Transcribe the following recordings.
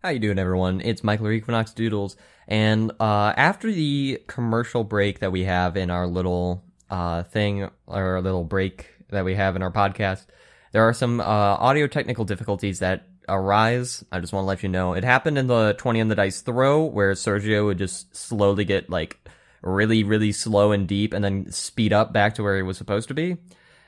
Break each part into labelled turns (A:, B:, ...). A: How you doing, everyone? It's Michael or Equinox Doodles, and uh, after the commercial break that we have in our little uh, thing or little break that we have in our podcast, there are some uh, audio technical difficulties that arise. I just want to let you know it happened in the twenty on the dice throw where Sergio would just slowly get like really, really slow and deep, and then speed up back to where he was supposed to be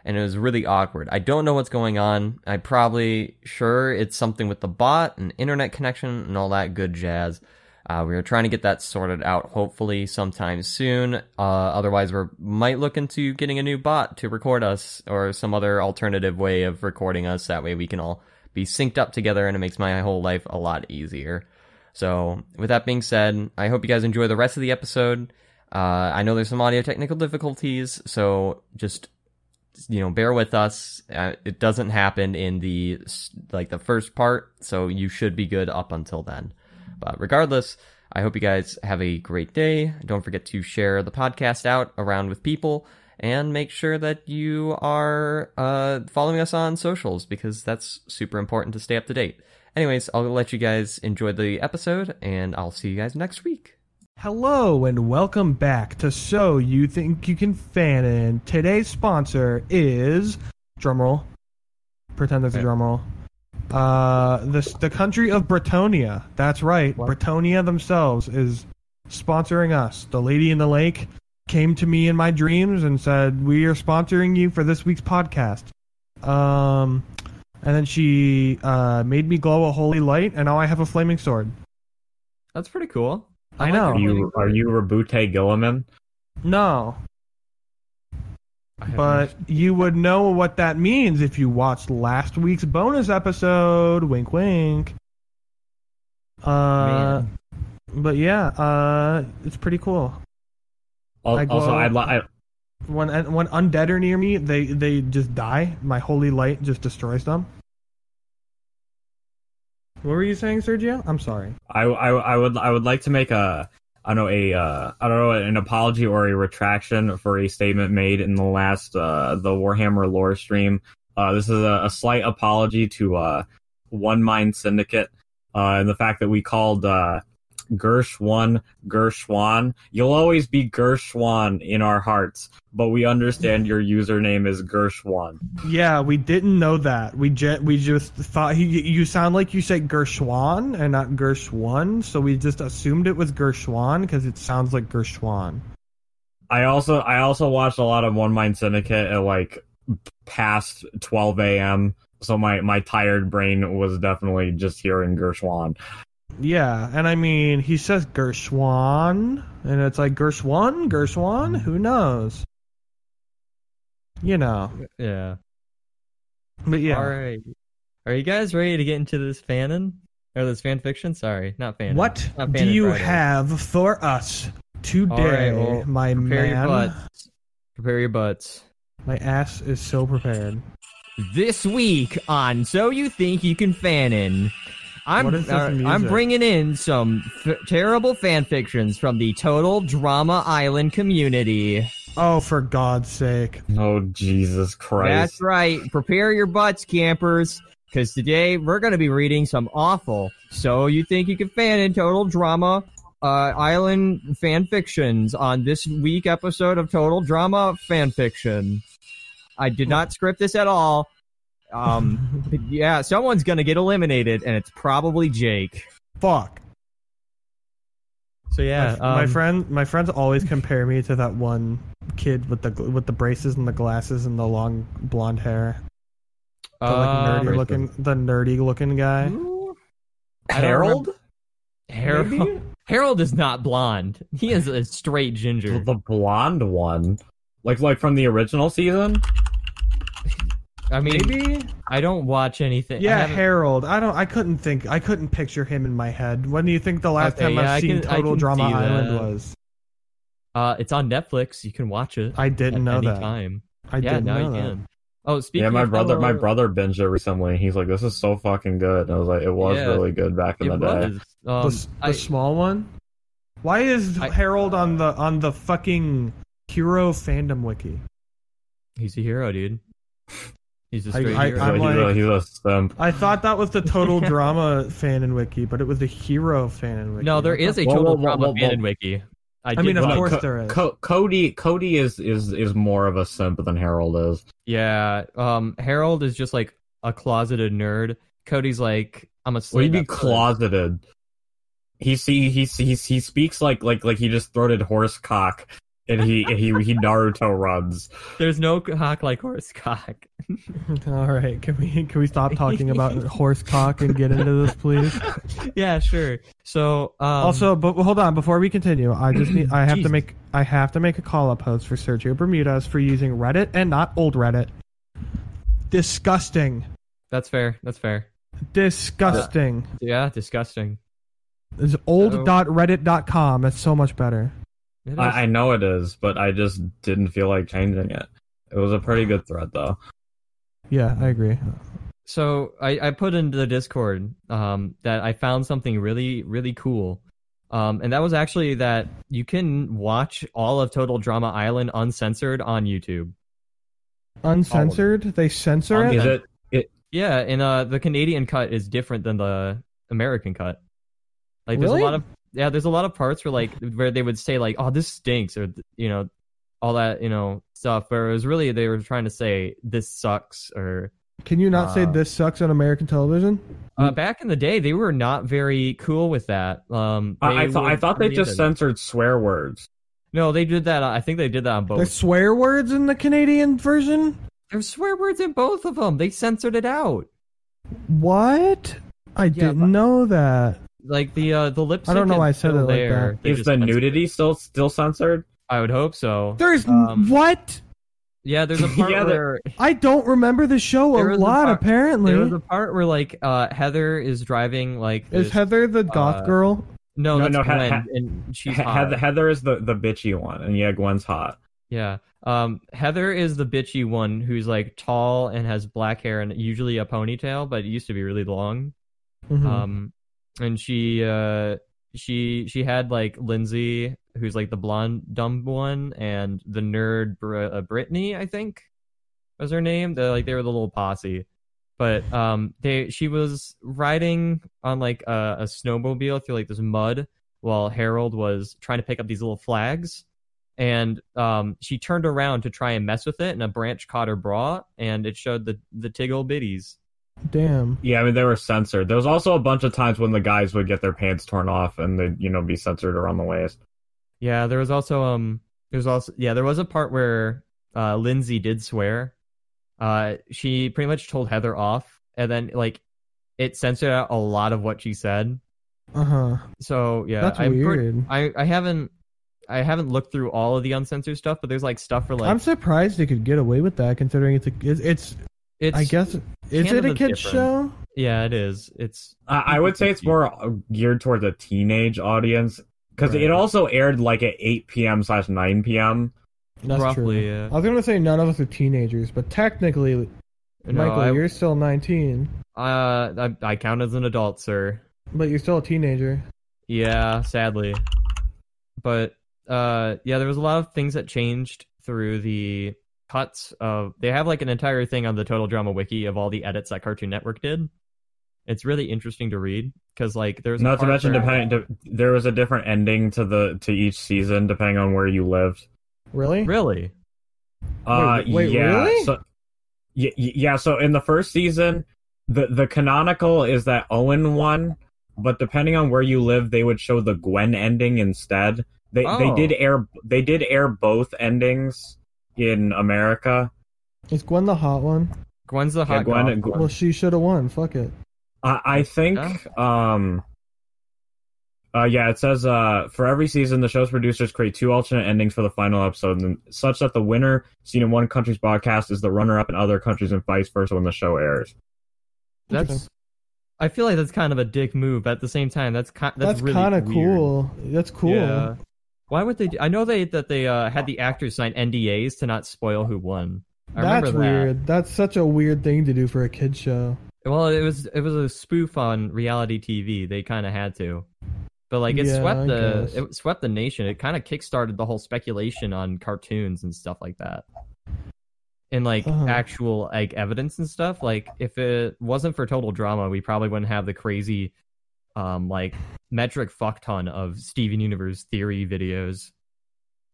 A: and it was really awkward. I don't know what's going on. I probably sure it's something with the bot and internet connection and all that good jazz. Uh, we are trying to get that sorted out hopefully sometime soon. Uh, otherwise, we might look into getting a new bot to record us or some other alternative way of recording us. That way, we can all be synced up together, and it makes my whole life a lot easier. So, with that being said, I hope you guys enjoy the rest of the episode. Uh, I know there's some audio technical difficulties, so just you know bear with us uh, it doesn't happen in the s- like the first part so you should be good up until then but regardless i hope you guys have a great day don't forget to share the podcast out around with people and make sure that you are uh, following us on socials because that's super important to stay up to date anyways i'll let you guys enjoy the episode and i'll see you guys next week
B: Hello and welcome back to So You Think You Can Fan In. Today's sponsor is drumroll. Pretend there's a
A: Okay.
B: drumroll. Uh, this the country of Bretonia. That's right, Bretonia themselves is sponsoring us. The lady in the lake came to me in my dreams and said, "We are sponsoring you for this week's podcast." Um, and then she uh, made me glow a holy light, and now I have a flaming sword.
A: that's pretty cool
B: I know.
C: Are you are you Rabute Gilliman?
B: No, But you would know what that means if you watched last week's bonus episode. Wink, wink. Uh,
A: Man.
B: but yeah, uh, it's pretty cool.
C: Al-
B: I
C: also,
B: glow-
C: I'd li- I,
B: When when undead are near me, they they just die. My holy light just destroys them. What were you saying, Sergio? I'm sorry.
C: I I I would I would like to make a I don't know a uh, I don't know an apology or a retraction for a statement made in the last uh, the Warhammer lore stream. Uh, this is a, a slight apology to uh, One Mind Syndicate uh, and the fact that we called uh, Gersh one Gershwan. You'll always be Gershwan in our hearts, but we understand your username is Gershwan.
B: Yeah, we didn't know that. We ju- we just thought he, you sound like you said Gershwan and not Gershwan, so we just assumed it was Gershwan because it sounds like Gershwan.
C: I also I also watched a lot of One Mind Syndicate at like past 12 a.m. So my my tired brain was definitely just hearing Gershwan.
B: Yeah, and I mean, he says Gershwan, and it's like Gershwan, Gershwan, who knows? You know,
D: Yeah.
B: but yeah.
D: All right. Are you guys ready to get into this fanon or this fan fiction? Sorry, not fanon.
B: What
D: Not
B: do
D: Fan and
B: you
D: Friday.
B: have for us
D: All
B: today,
D: right, well,
B: my
D: Prepare
B: man?
D: your butts. Prepare your butts.
B: My ass is so prepared.
D: This week on So You Think You Can Fan In, I'm
B: What is this
D: uh, I'm
B: music?
D: bringing in some f- terrible fan fictions from the Total Drama Island community.
B: Oh, for God's sake!
C: Oh Jesus Christ.
D: That's right. Prepare your butts, campers, because today we're going to be reading some awful. So you think you can fan in total drama? Uh, island fan fictions on this week episode of Total Drama Fan Fiction. I did not script this at all. Um, but yeah, someone's gonna get eliminated, and it's probably Jake.
B: Fuck.
D: So
B: My
D: yeah, um,
B: f- my friend, my friends always compare me to that one kid with the gl- with the braces and the glasses and the long blonde hair, the like
D: Ah, uh,
B: nerdy
C: braces.
B: looking, the nerdy looking guy.
D: Harold. Harold. Harold is not blonde. He is a straight ginger.
C: the blonde one. Like like from the original season?
D: I mean,
B: Maybe
D: I don't watch anything. I
B: Yeah,
D: haven't-
B: Harold. I don't. I couldn't think. I couldn't picture him in my head. When do you think the last
D: Okay,
B: time
D: yeah, I
B: I've seen
D: can- I
B: Total
D: can
B: Drama
D: see
B: Island
D: that.
B: was?
D: uh, it's on Netflix. You can watch it.
B: I
D: at
B: didn't know
D: any
B: that.
D: time.
B: I
D: yeah,
B: didn't
D: now
B: know
D: you
B: that.
D: can. Oh, speaking.
C: Yeah, my
D: of
C: brother my
D: Hello-
C: brother binged it recently. He's like, This is so fucking good. And I was like, It was
D: Yeah.
C: really good back in
D: It
C: the day.
D: was. Um,
B: the s- the
D: I-
B: small one. Why is
D: I-
B: Harold on the on the fucking hero fandom wiki?
D: he's a hero, dude. He's a
B: I-
D: straight
B: I-
D: hero.
B: I'm
C: he's,
B: like-
C: a, he's a simp.
B: I thought that was the total drama fan in wiki, but it was the hero fan in wiki.
D: no, there
B: That's
D: is a
C: Whoa,
D: total
C: whoa, whoa,
D: drama
C: whoa,
D: fan
C: whoa.
D: in wiki. I,
B: I mean,
D: did
B: of
D: look.
B: course
C: Co-
B: there is.
C: Co- Cody Cody is, is is more of a simp than Harold is.
D: Yeah. Um, Harold is just like a closeted nerd. Cody's like, I'm a
C: Well,
D: slave.
C: he'd be
D: master.
C: closeted. He see he he he speaks like like like he just throated horse cock, and he and he he Naruto runs.
D: There's no cock like horse cock.
B: what- All right, can we can we stop talking about horse cock and get into this, please?
D: Um, yeah, sure. So um,
B: also, but hold on before we continue, I just need I have to
D: Jesus.
B: make I have to make a call up post for Sergio Bermudez for using Reddit and not old Reddit. Disgusting,
D: that's fair. That's fair.
B: disgusting.
D: Yeah, disgusting.
B: It's old.reddit.com. That's so much better.
D: It is.
C: I, I know it is, but I just didn't feel like changing it. It was a pretty good thread though.
B: Yeah, I agree.
D: so I, I put into the Discord um, that I found something really, really cool. Um, and that was actually that you can watch all of Total Drama Island uncensored on YouTube.
B: Uncensored? They censor
D: Um,
B: it?
C: Is it?
D: Yeah, and uh, the Canadian cut is different than the American cut. Like, there's
B: Really?
D: a lot of yeah, there's a lot of parts where like where they would say like, "Oh, this stinks," or you know, all that you know stuff. Where it was really they were trying to say, "This sucks," or
B: Can you not say
D: Uh,
B: this sucks on American television?
D: uh, back in the day they were not very cool with that. Um,
C: I, I thought I
D: would
C: thought they
D: read
C: just
D: it.
C: censored swear words.
D: no, they did that. uh, I think they did that on both.
B: There's swear words in the Canadian version?
D: There's swear words in both of them. They censored it out.
B: What? I didn't
D: but-
B: know that.
D: Like the uh, the lip.
B: I don't
D: sync
B: know
D: is
B: why I said
D: still
B: it like
D: there.
B: that.
D: They
C: Is
D: just
C: the
D: censored it.
C: nudity still still censored?
D: I would hope so.
B: There's
D: Um,
B: what?
D: Yeah, there's a part
C: Yeah, there-
D: where
B: I don't remember the show
D: There
B: a
D: was a
B: lot,
D: part-
B: apparently.
D: There was a part where like uh, Heather is driving like
B: Is
D: this-
B: Heather the goth
D: uh,
B: girl?
D: no
C: No,
D: that's
C: no, He-
D: Gwen
C: He-
D: and she's
C: He-
D: hot.
C: Heather, Heather is the the bitchy one, and yeah, Gwen's hot.
D: yeah um Heather is the bitchy one who's like tall and has black hair and usually a ponytail but it used to be really long
B: Mhm.
D: um and she uh she she had like Lindsay who's like the blonde dumb one and the nerd Br- uh, Brittany I think was her name the like they were the little posse but um they she was riding on like a, a snowmobile through like this mud while Harold was trying to pick up these little flags and um she turned around to try and mess with it and a branch caught her bra and it showed the the tiggle bitties
B: Damn.
C: Yeah, I mean they were censored. There was also a bunch of times when the guys would get their pants torn off and they'd you know be censored around the waist.
D: Yeah, there was also um there was also yeah, there was a part where uh Lindsay did swear. Uh she pretty much told Heather off and then like it censored out a lot of what she said.
B: Uh huh.
D: So yeah,
B: That's
D: I'm per-
B: weird.
D: I, I haven't I haven't looked through all of the uncensored stuff, but there's like stuff for like
B: I'm surprised they could get away with that, considering it's a, it's, it's
D: it's
B: I guess is it a
D: Canada's
B: kids show?
D: different. yeah, it is. It's
C: I, I would say it's more uh, geared towards a teenage audience because
D: Right.
C: it also aired like at 8 p.m. slash 9 p.m.
B: That's
D: roughly
B: true.
D: uh, yeah.
B: I was gonna say none of us are teenagers, but technically,
D: no,
B: Michael,
D: I,
B: you're still 19,
D: uh I, I count as an adult, sir.
B: but you're still a teenager.
D: Yeah, sadly. But uh yeah, there was a lot of things that changed through the cuts of they have like an entire thing on the Total Drama Wiki of all the edits that Cartoon Network did. It's really interesting to read because like there's a
C: Not to
D: part
C: mention,
D: where-
C: depending, de- there was a different ending to the to each season depending on where you lived.
B: Really?
D: Really?
C: Uh,
B: Wait, wait,
C: yeah,
B: really?
C: So, yeah, yeah. So in the first season, the the canonical is that Owen won, but depending on where you live, they would show the Gwen ending instead. They
D: Oh.
C: they did air they did air both endings in America.
B: Is Gwen the hot one?
D: Gwen's the hot
C: Yeah, Gwen,
D: goth.
B: Well, she should have won. Fuck it.
C: I, I think um uh yeah it says uh for every season the show's producers create two alternate endings for the final episode and such that the winner seen in one country's broadcast is the runner up in other countries and vice versa when the show airs.
D: That's I feel like that's kind of a dick move, but at the same time that's kind that's,
B: That's,
D: really
B: kind of
D: weird.
B: cool. That's cool.
D: Yeah. Why would they do, I know they that they uh, had the actors sign NDAs to not spoil who won. I
B: That's
D: remember that.
B: weird. That's such a weird thing to do for a kids show.
D: Well, it was it was a spoof on reality TV. They kind of had to, but like it
B: Yeah, I
D: swept the
B: guess.
D: it swept the nation. It kind of kickstarted the whole speculation on cartoons and stuff like that. in like
B: Oh.
D: actual like evidence and stuff. Like if it wasn't for total drama, we probably wouldn't have the crazy, um, like metric fuck ton of Steven Universe theory videos.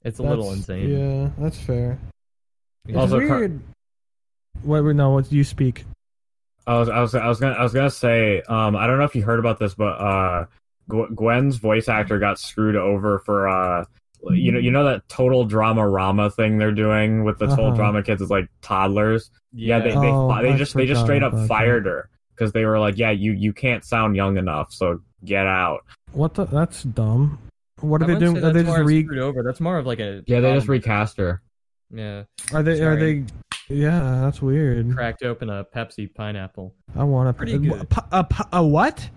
D: It's a little
B: That's-
D: insane.
B: Yeah, that's fair. It's
C: Also, Car-
B: weird. Wait, wait, no, what you speak?
C: I was, I was, I was gonna, I was gonna say, um, I don't know if you heard about this, but uh, Gw- Gwen's voice actor got screwed over for uh, you know, you know that total drama rama thing they're doing with the total
B: Uh-huh.
C: drama kids is like toddlers. Yeah, they they,
B: Oh,
C: fi- they
B: I
C: just they just
B: forgot
C: straight up
B: about that.
C: fired her because they were like, yeah, you you can't sound young enough, so get out.
B: What the? That's dumb. What
D: I
B: are they
D: wouldn't
B: doing?
D: say
B: Are they
D: that's
B: just
D: why I was
B: re?
D: screwed over. That's more of like a
C: Yeah, they just
D: um,
C: recast her.
D: yeah
B: Are they? Are
D: Sorry.
B: they? Yeah, that's weird.
D: cracked open a Pepsi pineapple.
B: I want a
D: Pretty good.
B: A, pi- a, pi- a what?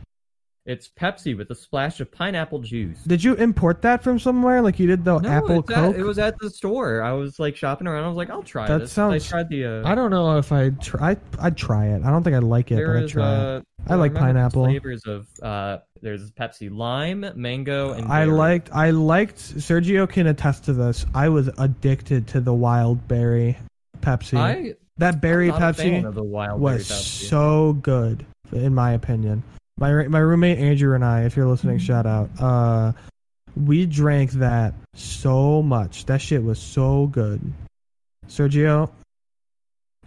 D: It's Pepsi with a splash of pineapple juice.
B: Did you import that from somewhere? Like you did the
D: No,
B: Apple
D: it's at-
B: Coke?
D: it was at the store. I was like shopping around. I was like, I'll try
B: That
D: this.
B: sounds-
D: I tried the. Uh,
B: I don't know if I'd try. I'd, I'd try it. I don't think I'd like it,
D: there
B: but I'd
D: is,
B: try
D: uh,
B: I like
D: remember there's
B: pineapple.
D: flavors of. Uh, there's Pepsi lime, mango,
B: it.
D: and.
B: I
D: berry.
B: liked. I liked. Sergio can attest to this. I was addicted to the wild berry Pepsi.
D: I
B: that berry
D: not a fan
B: Pepsi
D: of the wild berry
B: was
D: Pepsi.
B: so good, in my opinion. My my roommate Andrew and I, if you're listening,
D: Mm-hmm.
B: shout out. Uh, we drank that so much. That shit was so good. Sergio,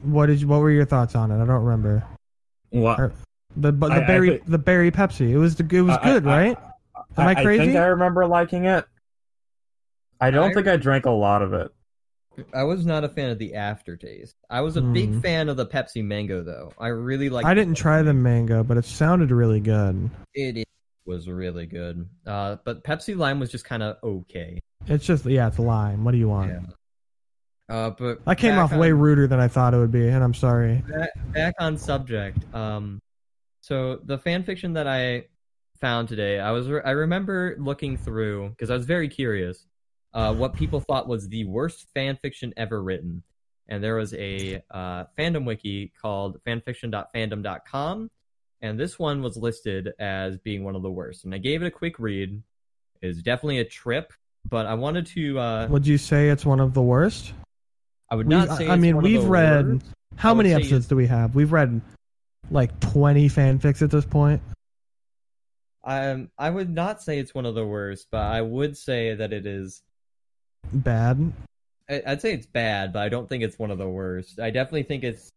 B: what did you, what were your thoughts on it? I don't remember.
C: What?
B: Or- The but the
C: I- I
B: berry
C: think-
B: the berry Pepsi. It was the it was
C: I- I-
B: good,
C: I-
B: right? Am I crazy?
C: I think I remember liking it. I don't
D: I-
C: think I drank a lot of it.
D: I was not a fan of the aftertaste. I was a
B: Hmm.
D: big fan of the Pepsi mango though. I really liked.
B: I
D: the
B: didn't try the mango, but it sounded really good.
D: It was really good. Uh, but Pepsi lime was just kind of okay.
B: It's just yeah, it's lime. What do you want?
D: Yeah. Uh, but
B: I came
D: back
B: off
D: on-
B: way ruder than I thought it would be, and I'm sorry.
D: back, back on subject. Um, so the fan fiction that I found today, I was re- I remember looking through because I was very curious uh, what people thought was the worst fan fiction ever written, and there was a uh, fandom wiki called fanfiction.fandom.com, and this one was listed as being one of the worst. And I gave it a quick read. It's definitely a trip, but I wanted to. Uh,
B: Would you say it's one of the worst?
D: I would
B: we-
D: not
B: I-
D: say.
B: I
D: it's
B: mean,
D: one of
B: we've
D: the
B: read-
D: worst.
B: How
D: I would
B: many
D: say
B: episodes
D: it's-
B: do we have? We've read like 20 fanfics at this point.
D: Um, I would not say it's one of the worst, but I would say that it is.
B: Bad.
D: I- I'd say it's bad, but I don't think it's one of the worst. I definitely think it's.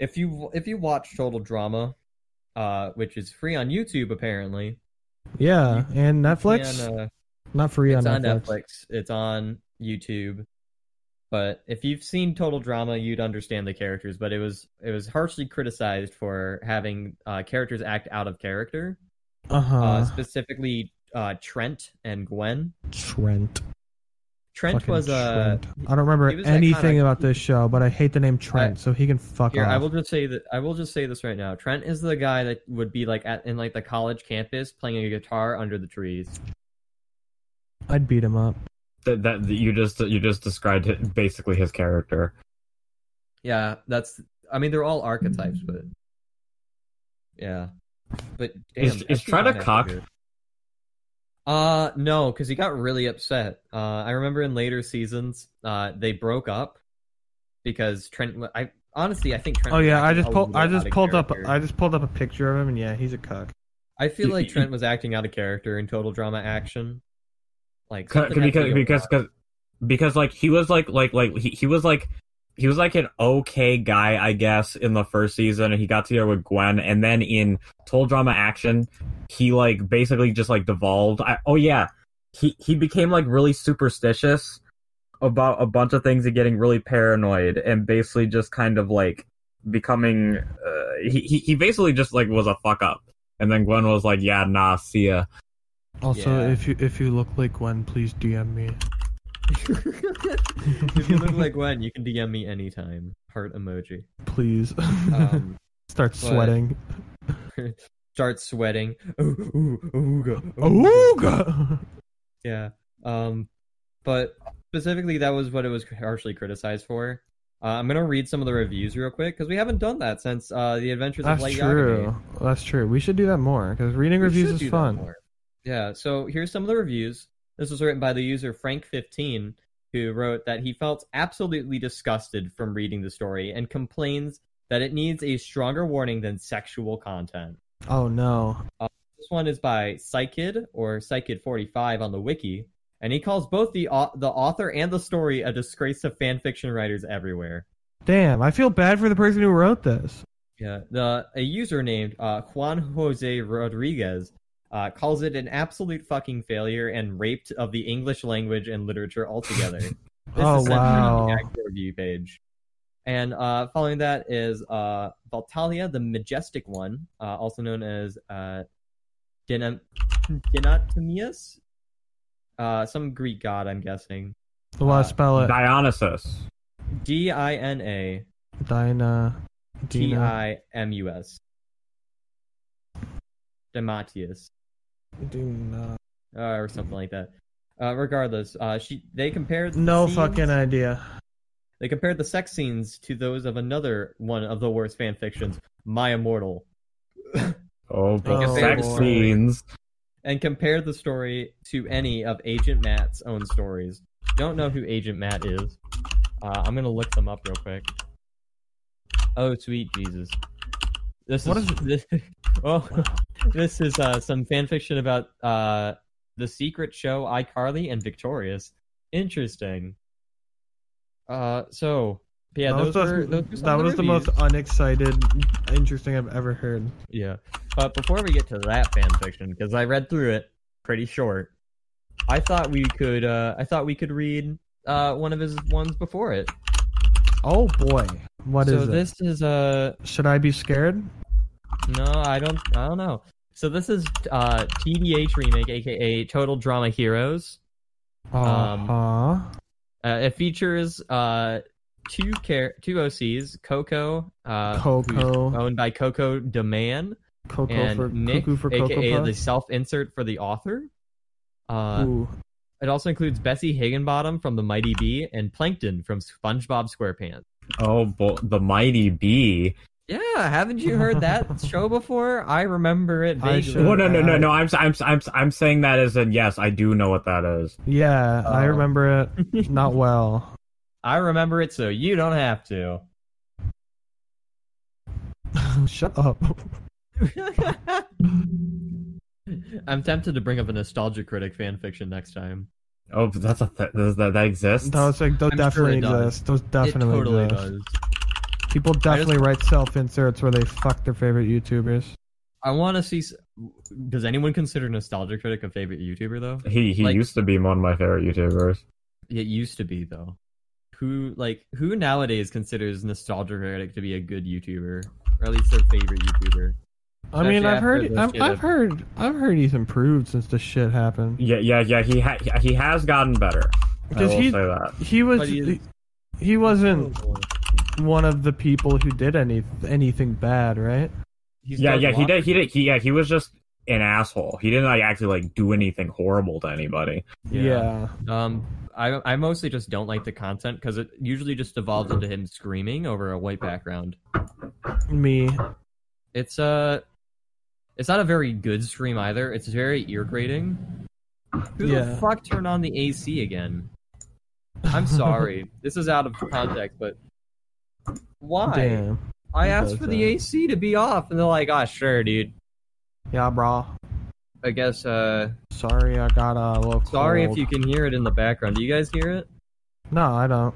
D: If you if you watch Total Drama, uh, which is free on YouTube apparently,
B: Yeah, and Netflix.
D: and, uh,
B: Not free
D: it's
B: on
D: on
B: Netflix.
D: Netflix, it's on YouTube. But if you've seen Total Drama, you'd understand the characters. But it was it was harshly criticized for having uh, characters act out of character,
B: Uh-huh.
D: uh, specifically uh, Trent and Gwen.
B: Trent.
D: Trent
B: Fucking
D: was uh
B: Trent. I don't remember
D: he was that
B: anything
D: kinda-
B: about this show, but I hate the name Trent,
D: I-
B: so he can fuck
D: here.
B: off.
D: I will just say that I will just say this right now. Trent is the guy that would be like at in like the college campus playing a guitar under the trees.
B: I'd beat him up.
C: That, that you just you just described it, basically his character.
D: Yeah, that's. I mean, they're all archetypes, but yeah, but damn,
C: Is- is
D: Pepsi
C: Trent a
D: Pineapple
C: cock?
D: good. Uh, no, because he got really upset. Uh, I remember in later seasons, uh, they broke up because Trent. wa- I honestly, I think Trent.
B: Oh
D: was
B: yeah, I
D: acting
B: just
D: a
B: pulled. I
D: little
B: just
D: out of
B: pulled up.
D: character.
B: I just pulled up a picture of him, and yeah, he's a cuck.
D: I feel like
C: y-
D: Trent was acting out of character in total drama action. Like
C: Co-
D: something had
C: because
D: to go
C: because
D: wrong.
C: because because like he was like like like he, he was like he was like an okay guy i guess in the first season and he got together with gwen and then in total drama action he like basically just like devolved I, oh yeah he he became like really superstitious about a bunch of things and getting really paranoid and basically just kind of like becoming uh, he he he basically just like was a fuck up and then gwen was like yeah nah see ya
B: Also,
D: Yeah.
B: if you if you look like Gwen, please DM me.
D: if you look like Gwen, you can DM me anytime. Heart emoji.
B: Please.
D: Um,
B: Start
D: but-
B: sweating.
D: start sweating. Ooh, ooh, ooga, ooga.
B: Oh god.
D: Yeah. Um, but specifically, that was what it was harshly criticized for. Uh, I'm gonna read some of the reviews real quick because we haven't done that since uh, the Adventures of
B: That's
D: Light Yagami.
B: true. That's true. We should do that more because reading
D: We
B: reviews
D: should
B: is
D: do that
B: fun.
D: more. Yeah, so here's some of the reviews. This was written by the user Frank15. who wrote that he felt absolutely disgusted from reading the story and complains that it needs a stronger warning than sexual content.
B: Oh no.
D: This one is by Psychid or Psychid45 on the wiki, and he calls both the au- the author and the story a disgrace to fanfiction writers everywhere.
B: Damn, I feel bad for the person who wrote this.
D: Yeah, the a user named uh, Juan Jose Rodriguez uh, calls it an absolute fucking failure and raped of the English language and literature altogether. this
B: Oh,
D: is sent from
B: wow.
D: the Actor review page. And uh, following that is uh, Valtalia, the majestic one, uh, also known as uh, Dinam- Dinatomius, uh, some Greek god, I'm guessing.
B: The want
D: Uh,
B: to spell it.
C: Dionysus.
D: D I N A
B: Dina.
D: T
B: Dina.
D: I M U S. Dematius.
B: Dina.
D: uh, or something like that. Uh, regardless, uh, she they compared
B: No
D: scenes-
B: fucking idea.
D: they compared the sex scenes to those of another one of the worst fan fictions, My Immortal,
C: Oh, boy.
B: Oh,
C: sex
B: boy.
C: scenes.
D: and compared the story to any of Agent Matt's own stories. Don't know who Agent Matt is. Uh, I'm gonna look them up real quick. Oh sweet Jesus! This
B: What
D: is this. Oh, this is uh, some fan fiction about uh, the Secret Show, iCarly, and Victorious. Interesting. Uh, so yeah,
B: that was,
D: those were,
B: the,
D: those were some
B: that
D: of the
B: was the
D: reviews.
B: most unexcited, interesting I've ever heard.
D: Yeah. But before we get to that fan fiction, because I read through it pretty short, I thought we could uh I thought we could read uh one of his ones before it.
B: Oh boy, what is
D: so this is uh
B: it? Should I be scared?
D: no, I don't I don't know. So this is uh TDH remake, aka Total Drama Heroes. Um,
B: Uh-huh.
D: Uh, it features uh two care two OCs, Coco, uh who's
B: Coco.
D: owned by Coco Deman
B: Coco
D: and
B: for
D: Nick,
B: cuckoo for Coco
D: aka the
B: Puff.
D: self insert for the author. Uh,
B: Ooh.
D: It also includes Bessie Higginbottom from The Mighty Bee and Plankton from SpongeBob SquarePants.
C: Oh, boy. the mighty bee.
D: Yeah, haven't you heard that show before? I remember it
B: I
D: vaguely.
B: should-
C: Oh, no, no, no, no. I'm, I'm, I'm, I'm saying that as in yes, I do know what that is.
B: Yeah, I
D: Oh.
B: remember it not well.
D: I remember it, so you don't have to.
B: Shut up.
D: I'm tempted to bring up a nostalgia critic fanfiction next time.
C: Oh, that's a th- that, that exists.
B: Those, like, those
D: I'm sure
B: definitely
D: it does.
B: exist. Those definitely
D: it totally
B: exist.
D: does.
B: People definitely write self inserts where they fuck their favorite YouTubers.
D: I want to see. s- Does anyone consider nostalgia critic a favorite YouTuber though?
C: he he
D: like-
C: used to be one of my favorite YouTubers.
D: It used to be though. Who like who nowadays considers Nostalgia Critic to be a good YouTuber, or at least their favorite YouTuber?
B: I mean, I've
D: Actually, after
B: heard,
D: this
B: I've,
D: shit
B: I've heard, I've heard he's improved since this shit happened.
C: Yeah, yeah, yeah. He ha- he has gotten better. I
B: Because
C: will
B: he,
C: say that.
B: he was,
D: But he
B: he,
D: is- Oh,
B: he wasn't one of the people who did any anything bad, right?
D: He's
C: Yeah,
D: Doug
C: yeah. He
D: Lock-
C: did. He did. He yeah. He was just an asshole. He didn't like actually like do anything horrible to anybody.
B: Yeah.
D: Um, I I mostly just don't like the content because it usually just devolves into him screaming over a white background.
B: Me.
D: It's uh, it's not a very good stream either. It's very ear grating. Who the
B: Yeah.
D: fuck turned on the AC again? I'm sorry. this is out of context, but why?
B: Damn.
D: I
B: He
D: asked
B: does
D: for the
B: that.
D: AC to be off, and they're like, "Ah, sure, dude.
B: Yeah, brah.
D: I guess. uh
B: Sorry, I got a little.
D: Sorry if
B: cold.
D: you can hear it in the background. Do you guys hear it?
B: No, I don't.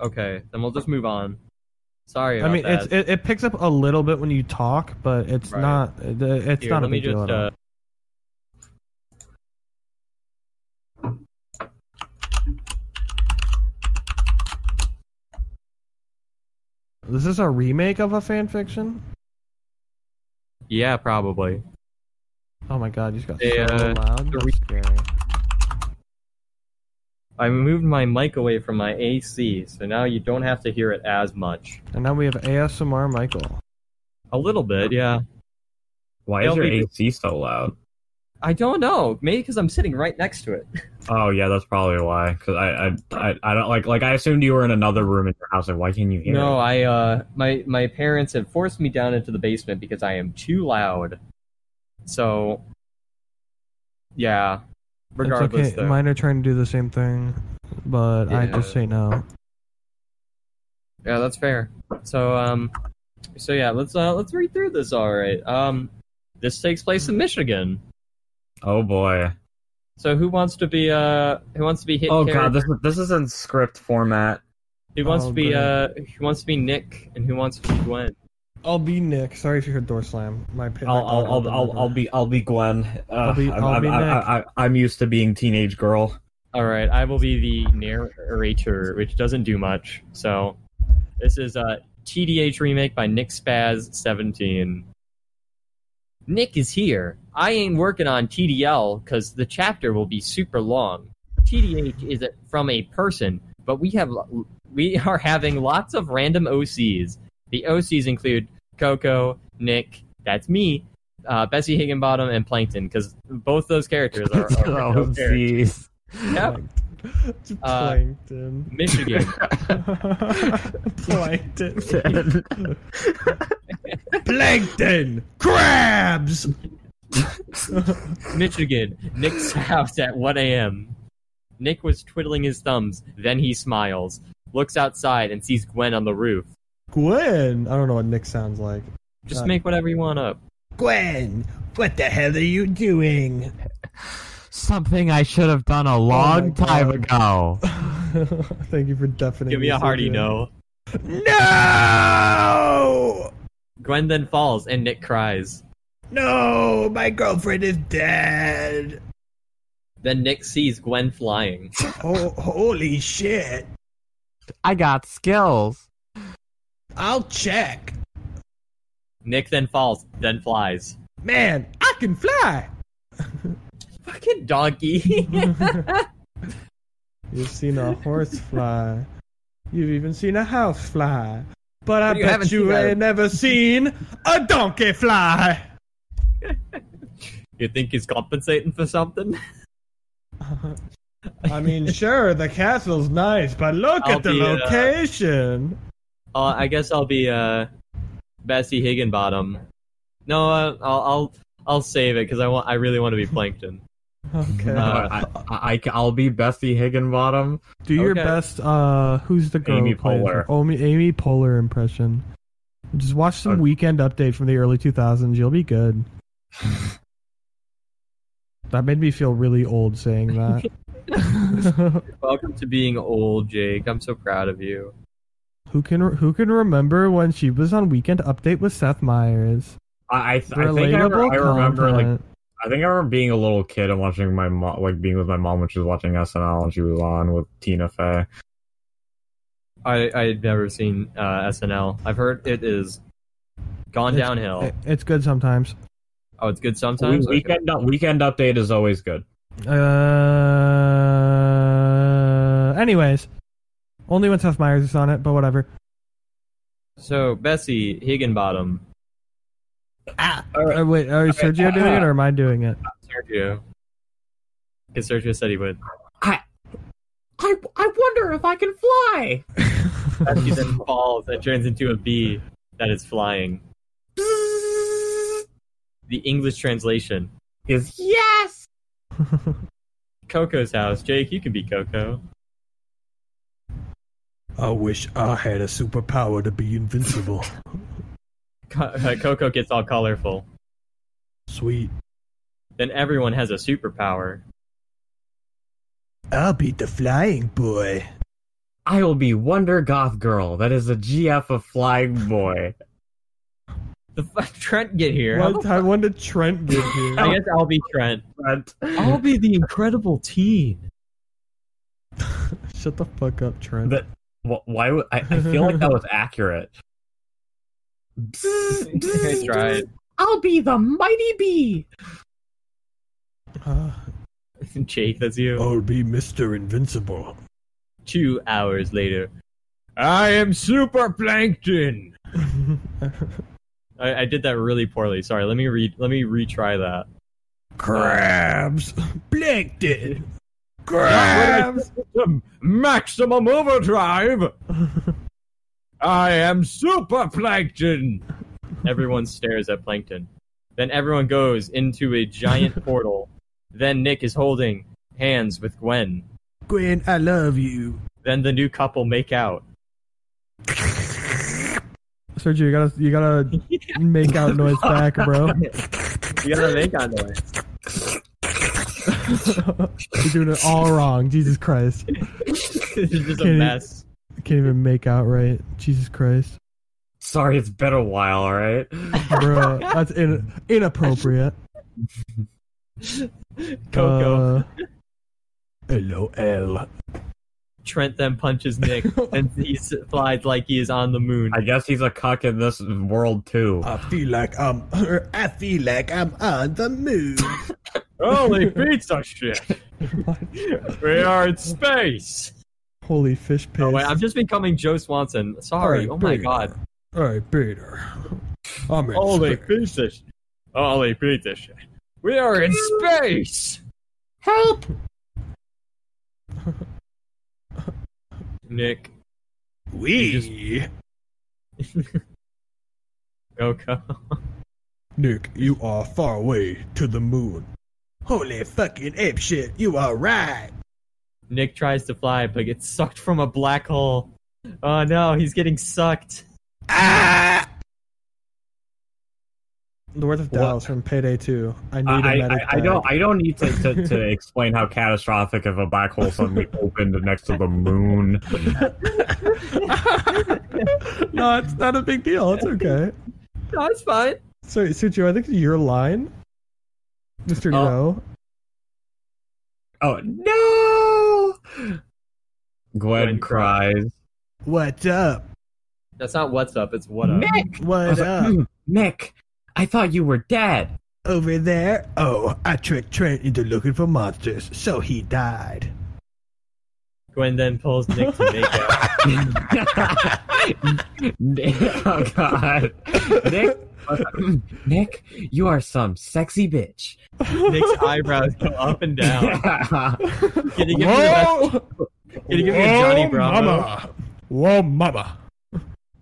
D: Okay, then we'll just move on. Sorry about
B: I mean,
D: that.
B: it's, it, it picks up a little bit when you talk, but it's
D: Right.
B: not. It, it's
D: Here,
B: not a
D: let me
B: big deal
D: just.
B: at all.
D: Uh, uh,
B: Is this a remake of a fan fiction?
D: yeah, probably.
B: Oh my god, you just got
D: They,
B: so
D: uh,
B: loud.
D: the
B: That's
D: re-
B: scary.
D: I moved my mic away from my AC, so now you don't have to hear it as much.
B: And now we have ASMR Michael.
D: A little bit, yeah.
C: Why
D: They'll
C: is your
D: be-
C: AC so loud?
D: I don't know. Maybe because I'm sitting right next to it.
C: Oh yeah, that's probably why. Because I, I I I don't like like I assumed you were in another room in your house. Like why can't you hear?
D: No,
C: it?
D: I. uh My my parents have forced me down into the basement because I am too loud. So. Yeah,
C: Regardless,
B: it's okay.
C: though.
B: Mine are trying to do the same thing, but I
D: Yeah.
B: just say no.
D: Yeah, that's fair. So um, so yeah, let's uh let's read through this. All right. Um, this takes place in Michigan.
C: oh boy.
D: So who wants to be uh who wants to be hit?
C: Oh
D: character?
C: god, this is this is in script format.
D: Who wants
B: Oh,
D: to be
B: great.
D: uh who wants to be Nick and who wants to be Gwen?
B: I'll be Nick. Sorry if you heard door slam. My pit.
C: I'll I'll I'll, I'll, I'll be I'll be Gwen. Uh,
B: I'll be-
C: I'm-
B: I'll
C: I'm,
B: be
C: I'm-
B: Nick.
C: I, I, am used to being teenage girl.
D: All right, I will be the narrator, which doesn't do much. So this is uh, a TDH remake by Nick Spaz 17. Nick is here. I ain't working on TDL because the chapter will be super long. TDH is from a person, but we have we are having lots of random OCs. The OCs include Coco, Nick, that's me, uh, Bessie Higginbottom, and Plankton because both those characters are. are
C: oh jeez.
D: Yep. Uh,
B: Plankton.
D: Michigan.
B: Plankton. Plankton. Crabs.
D: Michigan, Nick's house at 1 a.m. Nick was twiddling his thumbs, then he smiles, looks outside, and sees Gwen on the roof.
B: Gwen. I don't know what Nick sounds like.
D: Just
B: Uh,
D: make whatever you want up.
B: Gwen, what the hell are you doing?
E: Something I should have done a
B: long Oh my time
E: ago.
B: Thank you for deafening.
D: Give me a
B: so
D: hearty
B: good.
D: no.
B: No!
D: Gwen then falls, and Nick cries.
B: No, my girlfriend is dead.
D: Then Nick sees Gwen flying.
B: Oh, holy shit.
E: I got skills.
B: I'll check.
D: Nick then falls, then flies.
B: Man, I can fly.
D: Fucking donkey.
B: You've seen a horse fly. You've even seen a house fly. But I
D: But you haven't
B: bet you
D: seen a-
B: ain't never seen a donkey fly.
D: you think he's compensating for something?
B: I mean, sure, the castle's nice, but look
D: I'll
B: at the
D: be, uh,
B: location.
D: Uh, I guess I'll be uh, Bessie Higginbottom. No, uh, I'll, I'll I'll save it because I want I really want to be Plankton.
B: okay.
D: Uh,
C: I, I, I will be Bessie Higginbottom.
B: Do your
D: Okay.
B: best. Uh, who's the girl?
C: Amy
B: who plays
C: Poehler.
B: her? Amy, Amy Poehler impression. Just watch some
C: Okay.
B: Weekend Update from the early 2000s. You'll be good. that made me feel really old saying that.
D: Welcome to being old, Jake. I'm so proud of you.
B: who can who can remember when she was on Weekend Update with Seth Meyers?
C: I I, th- I think I,
B: Relatable
C: I remember like
B: content.
C: I think I remember being a little kid and watching my mom, like being with my mom when she was watching SNL and she was on with Tina Fey.
D: I I had never seen uh, SNL. I've heard it is gone
B: It's-
C: oh.
D: downhill.
B: It- it's good sometimes.
D: oh, it's good
C: We,
D: sometimes. Okay.
C: weekend Weekend Update is always good.
B: Uh, anyways, only when Seth Meyers is on it, but whatever.
D: So Bessie Higginbottom,
C: Alright.
B: Uh, wait, are Sergio doing it or am I doing it?
D: Sergio. Because Sergio said he would.
C: I I wonder if I can fly.
D: Bessie then falls and turns into a bee that is flying. The English translation:
C: Is yes.
D: Coco's house. Jake, you can be Coco.
B: I wish I had a superpower to be invincible.
D: Co- uh, Coco gets all colorful.
B: Sweet.
D: Then everyone has a superpower.
B: I'll beat the flying boy.
C: I will be Wonder Goth Girl. That is a GF of Flying Boy.
D: The fuck Trent get here? How the
B: What? I when did Trent get here?
D: I guess I'll be Trent.
C: But
D: I'll be the incredible teen.
B: Shut the fuck up, Trent.
C: That- wh- why would I, I feel like that was accurate?
D: I tried.
C: I'll be the mighty bee.
B: Ah,
D: Jake, that's you.
B: I'll be Mr. Invincible.
D: Two hours later. I am Super Plankton. I, I did that really poorly. Sorry. Let me read. Let me retry that.
B: Crabs! Plankton!
D: Crabs! maximum overdrive. I am Super Plankton. Everyone stares at Plankton. Then everyone goes into a giant portal. Then Nick is holding hands with Gwen.
B: Gwen, I love you.
D: Then the new couple make out.
B: Sergio, you gotta you gotta make out noise back, bro.
D: You gotta make out noise.
B: You're doing it all wrong. Jesus Christ.
D: it's just a
B: Can you-
D: mess.
B: Can't even make out right. Jesus Christ.
C: Sorry, it's been a while. All right.
B: Bro, that's in, inappropriate.
D: Coco.
B: Uh, Hello, L.
D: Trent then punches Nick, and he s- flies like he is on the moon.
C: I guess he's a cuck in this world too.
D: Uh,
B: I feel like I'm. I feel like I'm on the moon.
D: Holy pizza shit! we are in space.
B: Uh, Holy fish piss.
D: Oh wait, I'm just becoming Joe Swanson. Sorry.
B: Alright,
D: Oh my
B: Peter.
D: god.
B: All right, Peter. I'm in
D: Holy
B: space.
D: pizza! sh- Holy pizza shit! We are in space. Help! Nick,
B: We
D: Coco.
B: Nick, you are far away to the moon. Holy fucking apeshit, you are right.
D: Nick tries to fly, but gets sucked from a black hole. Oh no, he's getting sucked.
B: Ah! The words of
C: What?
B: Dallas from Payday 2. I need a
C: I,
B: medic.
C: I, I
B: bag.
C: don't. I don't need to, to, to explain how catastrophic if a black hole suddenly opened next to the moon.
B: no, it's not a big deal. It's okay.
D: No, it's fine.
B: So, Suchu, I think your line, Mr. No.
C: Oh. Oh no! Gwen,
D: Gwen
C: cries.
B: What up?
D: That's not what's up. It's what up.
C: Nick, I
B: What
C: was like, "Hmm, Nick, I thought you were dead.
B: Over there? Oh, I tricked Trent into looking for monsters, so he died.
D: Gwen then pulls Nick to make out.
C: Oh, Nick, oh God, Nick, Nick, you are some sexy bitch.
D: Nick's eyebrows go up and down. Can you give me the best?
B: Whoa!
D: Can you give me a Johnny Bravo?
B: Mama. Whoa, mama.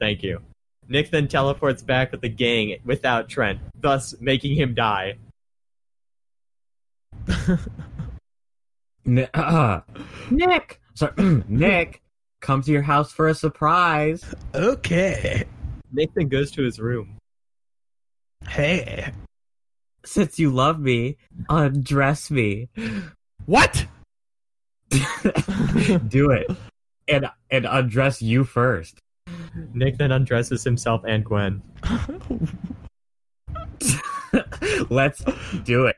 D: Thank you. Nick then teleports back with the gang without Trent, thus making him die.
C: Ni- uh, Nick, sorry, Nick, come to your house for a surprise.
B: Okay.
D: Nick then goes to his room.
B: Hey.
C: Since you love me, undress me.
B: What?
C: Do it, and and undress you first.
D: Nick then undresses himself and Gwen.
C: Let's do it.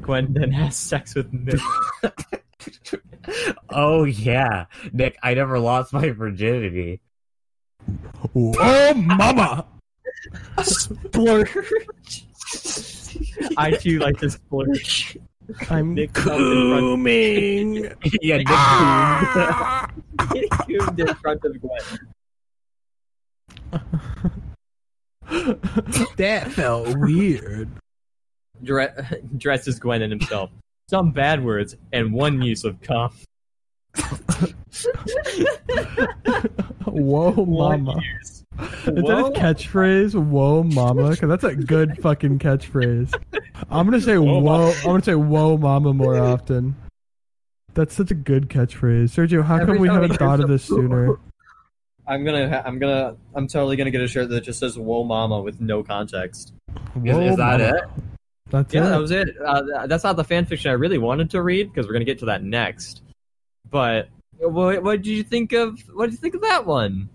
D: Gwen then has sex with Nick.
C: Oh yeah, Nick, I never lost my virginity.
B: Whoa, Oh, mama.
D: Splurge. I too like to splurge.
B: I'm
D: Nick comes in
B: coming.
C: yeah, Nick. Ah.
D: front, Nick comes in front of Gwen.
B: that felt weird.
D: Dre- dresses Gwen and himself. Some bad words and one use of cum.
B: Whoa,
D: One
B: mama.
D: use.
B: Is that
D: Whoa.
B: his catchphrase? Whoa, mama. Cause that's a good fucking catchphrase. I'm gonna say whoa.
D: Whoa, ma-
B: I'm gonna say whoa, mama more often. That's such a good catchphrase, Sergio. How
D: Every
B: come we
D: time
B: haven't
D: he
B: thought
D: hears
B: of
D: the-
B: this sooner?
D: I'm gonna, ha- I'm gonna, I'm totally gonna get a shirt that just says "Whoa, Mama" with no context.
C: Is,
B: Whoa,
C: is that
B: mama.
C: it?
B: That's
D: Yeah,
B: it.
D: that was it. Uh, th- that's not the fan fiction I really wanted to read because we're gonna get to that next. But what, what did you think of? What did you think of that one?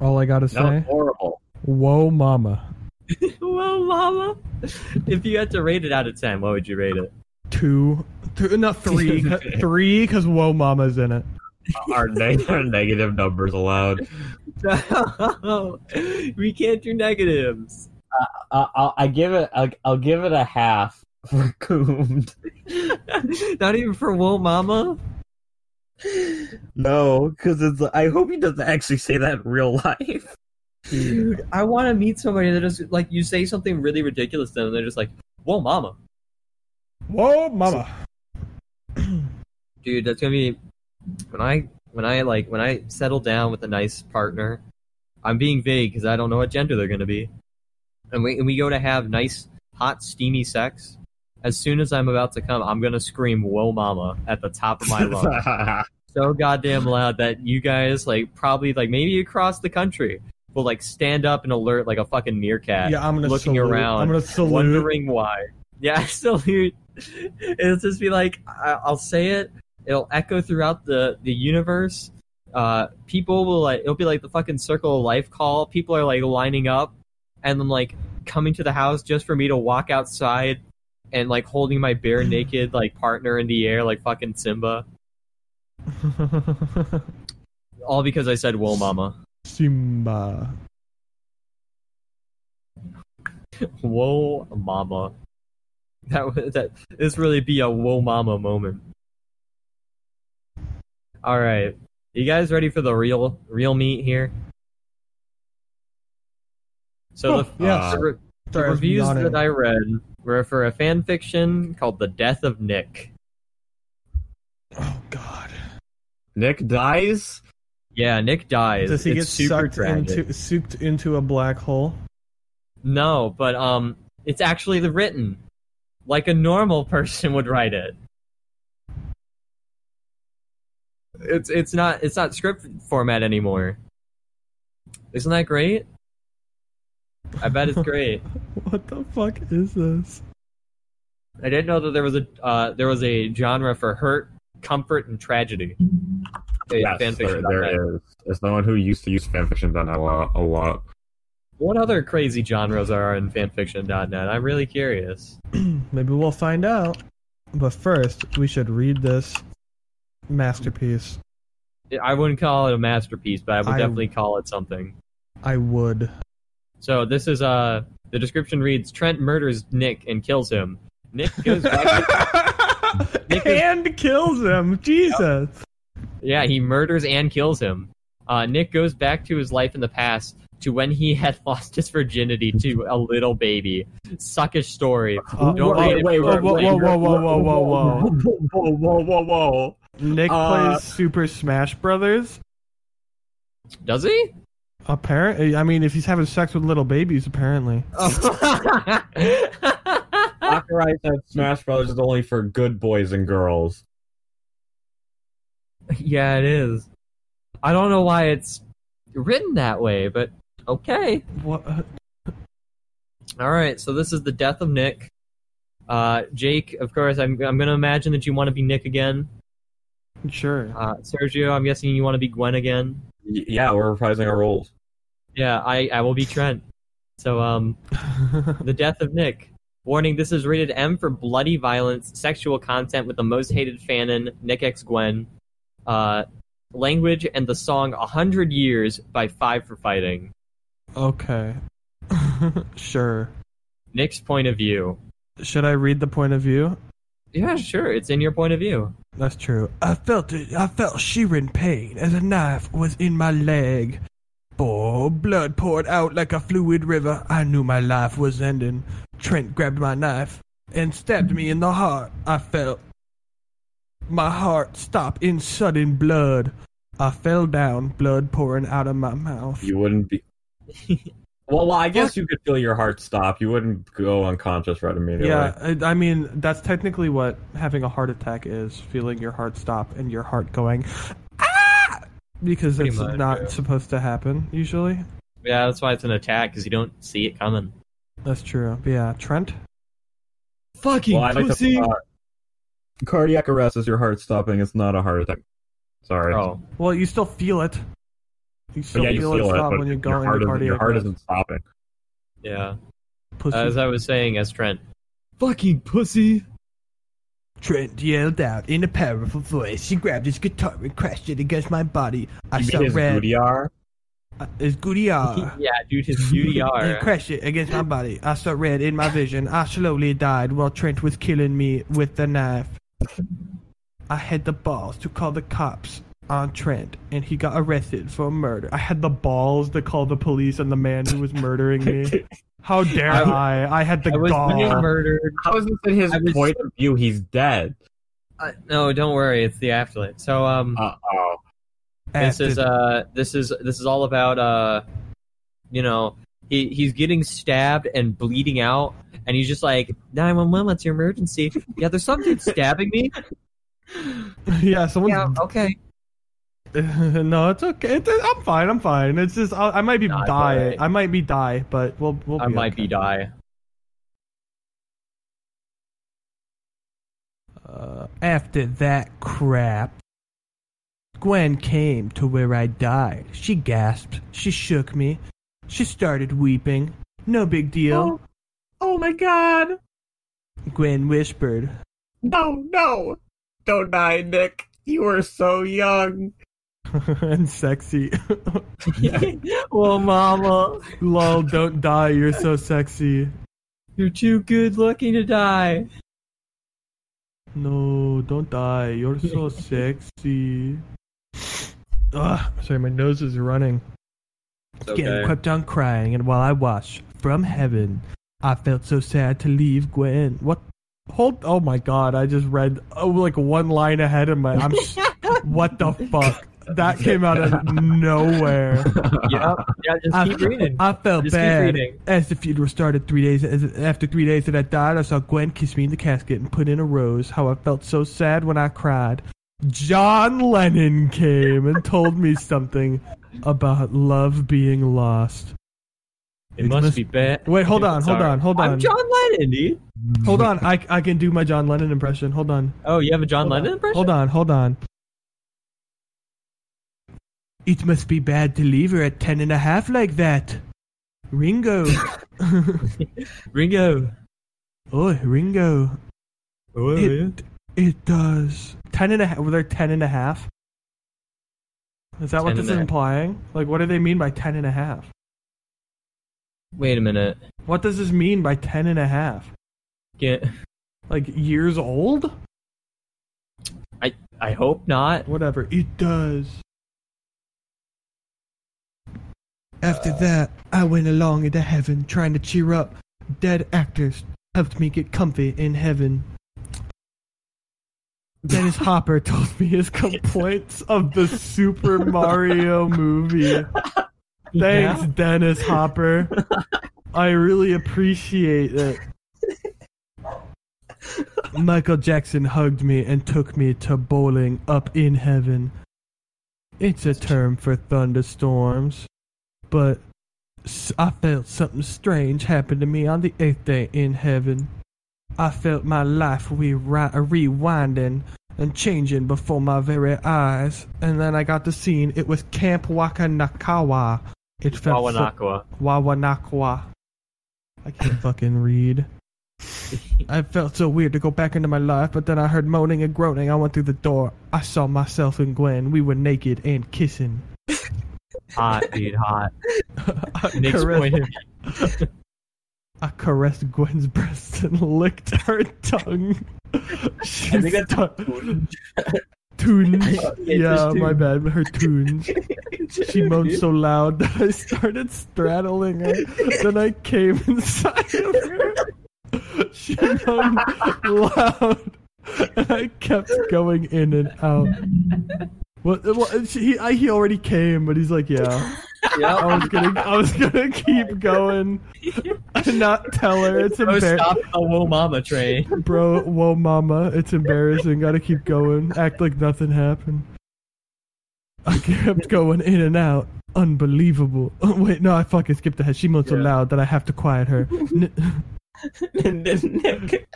B: All I gotta
C: That was
B: say.
C: horrible.
B: Whoa, mama.
D: Whoa, Mama! If you had to rate it out of ten, what would you rate it?
B: Two, two, not three, c- three, because whoa, mama's in it.
C: Are, neg- are negative numbers allowed?
D: No, we can't do negatives.
C: Uh, I'll, I give it. I'll, I'll give it a half for Coombed.
D: not even for Whoa, Mama.
C: No, because it's. I hope he doesn't actually say that in real life.
D: Dude, I want to meet somebody that just like you say something really ridiculous to them, and they're just like, "Whoa, Mama."
B: Whoa, mama.
D: dude that's gonna be when i when i like when i settle down with a nice partner i'm being vague because i don't know what gender they're gonna be and we, and we go to have nice hot steamy sex as soon as I'm about to come, I'm gonna scream "Whoa, mama!" at the top of my lungs, so goddamn loud that you guys like probably like maybe across the country will like stand up and alert like a fucking meerkat.
B: Yeah, I'm gonna
D: looking
B: salute.
D: around,
B: I'm gonna salute.
D: wondering why. Yeah, salute. It'll just be like I- I'll say it. It'll echo throughout the the universe. Uh, people will like it'll be like the fucking circle of life call. People are like lining up and then like coming to the house just for me to walk outside and like holding my bare naked like partner in the air like fucking Simba. All because I said "Whoa, mama."
B: Simba.
D: Whoa, mama. That would that this really be a whoa mama moment. All right, you guys ready for the real real meat here? So
B: Oh,
D: the,
B: yes.
D: the re- the
B: Sorry, I was
D: reviews
B: yawning.
D: that I read were for a fan fiction called "The Death of Nick."
B: Oh God!
C: Nick dies.
D: Yeah, Nick dies.
B: Does he get
D: It's super
B: sucked
D: tragic.
B: into sucked into a black hole?
D: No, but um, it's actually the written like a normal person would write it. It's it's not it's not script format anymore. Isn't that great? I bet it's great.
B: What the fuck is this?
D: I didn't know that there was a uh, there was a genre for hurt, comfort, and tragedy. A fan
C: yes,
D: fiction
C: there,
D: about that.
C: there is. It's the one who used to use fanfiction done a lot. A lot.
D: What other crazy genres are in fanfiction.net? I'm really curious.
B: Maybe we'll find out. But first, we should read this masterpiece.
D: I wouldn't call it a masterpiece, but I would
B: I-
D: definitely call it something.
B: I would.
D: So this is uh the description reads Trent murders Nick and kills him. Nick goes back Nick is-
B: and kills him. Jesus.
D: Yeah, he murders and kills him. Uh, Nick goes back to his life in the past to when he had lost his virginity to a little baby. Suckish story.
B: Uh,
D: Don't
B: whoa,
D: read it.
B: whoa,
D: Wait,
B: whoa,
D: wait,
B: whoa,
D: wait.
B: whoa, whoa, whoa, whoa, whoa.
C: whoa, whoa, whoa, whoa, whoa.
B: Nick
C: Uh,
B: plays Super Smash Brothers.
D: Does he?
B: Apparently, I mean, if he's having sex with little babies, apparently.
C: Sakurai said Smash Brothers is only for good boys and girls.
D: yeah, it is. I don't know why it's written that way, but okay.
B: What?
D: All right, so this is the death of Nick. Uh, Jake, of course, I'm, I'm going to imagine that you want to be Nick again.
B: Sure.
D: Uh, Sergio, I'm guessing you want to be Gwen again.
C: Y- yeah, we're reprising our roles.
D: Yeah, I, I will be Trent. So, um, the death of Nick. Warning: This is rated M for bloody violence, sexual content with the most hated fanon, Nick X Gwen, uh, language, and the song "A Hundred Years" by Five for Fighting.
B: okay. sure.
D: Nick's point of view.
B: Should I read the point of view?
D: Yeah, sure, it's in your point of view.
B: That's true. I felt it. I felt sheer in pain as a knife was in my leg. Oh, blood poured out like a fluid river. I knew my life was ending. Trent grabbed my knife and stabbed me in the heart. I felt my heart stop in sudden blood. I fell down, blood pouring out of my mouth.
C: You wouldn't be. well, well, I guess you could feel your heart stop. You wouldn't go unconscious right immediately.
B: Yeah, I I mean that's technically what having a heart attack is: feeling your heart stop and your heart going, ah, because
D: Pretty
B: it's
D: much,
B: not
D: yeah.
B: supposed to happen usually.
D: Yeah, that's why it's an attack because you don't see it coming.
B: That's true. But yeah, Trent.
D: Fucking
C: Well, I'd like to. Uh, cardiac arrest is your heart stopping. It's not a heart attack. Sorry.
D: oh,
B: Well, you still feel it. You still
C: But yeah, you
B: feel,
C: feel
B: it stop
C: but
B: when you go
C: your
B: into
C: heart, isn't,
B: cardiac
C: your heart
B: arrest.
C: isn't stopping.
D: yeah.
B: Pussy.
D: As I was saying, as Trent. Fucking pussy.
B: Trent yelled out in a powerful voice. He grabbed his guitar and crashed it against my body. I
C: You
B: saw
C: mean his
B: red.
C: bootyar?
B: Uh, his Goodyear.
D: yeah, dude, his
B: and
D: UDR.
B: crashed it against my body. I saw red in my vision. I slowly died while Trent was killing me with the knife. I had the balls to call the cops on Trent, and he got arrested for murder. I had the balls to call the police on the man who was murdering me. How dare
D: I w-
B: I? I had the
D: I was
B: gall.
D: murdered.
C: How is this in his
D: I was-
C: point of view? He's dead.
D: Uh, no, don't worry. It's the afterlife. So, um,
C: Uh oh.
D: this uh, is
B: Acted.
D: uh, this is this is all about uh, you know,
E: he, he's getting stabbed and bleeding out, and he's just like, 911, what's your emergency? Yeah, there's some dude stabbing me.
B: yeah, someone's
E: Yeah, okay.
B: no, it's okay. It's, I'm fine. I'm fine. It's just I, I might be
D: Nah, it's
B: die.
D: alright.
B: I might be die, but we'll we'll.
D: I
B: be
D: might
B: okay.
D: be die.
B: Uh, after that crap, Gwen came to where I died. She gasped. She shook me. She started weeping. No big deal.
C: Oh my god!
B: Gwen whispered.
C: No, no! Don't die, Nick. You are so young.
B: and sexy.
E: Well, mama,
B: Lol, don't die. You're so sexy.
E: you're too good looking to die.
B: No, don't die. You're so sexy. Ugh, Ah, sorry, my nose is running. Skin kept on crying, and while I watched from heaven, I felt so sad to leave Gwen. What? Hold. Oh my god, I just read oh, like one line ahead of my. I'm. s- what the fuck? That came out of nowhere.
E: Yeah, yeah
B: Uh,
E: just keep reading.
B: I felt
E: Just keep
B: bad.
E: reading.
B: As the funeral started three days as, after three days that I died, I saw Gwen kiss me in the casket and put in a rose. How I felt so sad when I cried. John Lennon came and told me something about love being lost.
D: It,
B: It
D: must,
B: must-
D: be bad.
B: Wait, hold on, hold on, hold
E: I'm
B: on,
E: John Lennon, dude.
B: hold on. I I can do my John Lennon impression. Hold on.
E: Oh, you have a John Lennon impression?
B: Hold on, hold on. It must be bad to leave her at ten and a half like that. Ringo.
E: Ringo.
B: oh, Ringo.
E: Oh, yeah.
B: It, it does. Ten and a half. Were there ten and a half? Is that what
D: Ten
B: this
D: and
B: is
D: a-
B: implying? Like, what do they mean by ten and a half?
D: Wait a minute.
B: What does this mean by ten and a half?
D: Get,
B: Like, years old?
E: I hope not.
B: Whatever. It does. After that, I went along into heaven trying to cheer up. Dead actors helped me get comfy in heaven. Dennis Hopper told me his complaints of the Super Mario movie. Thanks, Dennis Hopper. I really appreciate it. Michael Jackson hugged me and took me to bowling up in heaven. It's a term for thunderstorms, but s- I felt something strange happen to me on the eighth day in heaven. I felt my life re- rewinding and changing before my very eyes, and then I got the scene. It was Camp Wakanakawa. It felt so-
D: Wawanakwa.
B: Wawanakwa. I can't fucking read. I felt so weird to go back into my life, but then I heard moaning and groaning. I went through the door. I saw myself and Gwen. We were naked and kissing.
D: Hot, dude, hot.
B: I
D: Nick's
B: caressed,
D: pointing.
B: I caressed Gwen's breast and licked her tongue. She
C: I think that's
B: stu- Tunes. Yeah,
E: just
B: my bad. Her tunes. She moaned so loud that I started straddling her. then I came inside of her. She moaned loud, and I kept going in and out. What? what she, he, I, he already came, but he's like, yeah. I was gonna, I was gonna keep going, and not tell her. It's
D: Oh,
B: embarrassing,
D: stop the Wo Mama train.
B: bro. Whoa, mama, it's embarrassing. Gotta keep going. Act like nothing happened. I kept going in and out. Unbelievable. Oh, wait, no, I fucking skipped ahead. She moaned so
C: Yeah.
B: loud that I have to quiet her. N-
C: Nick.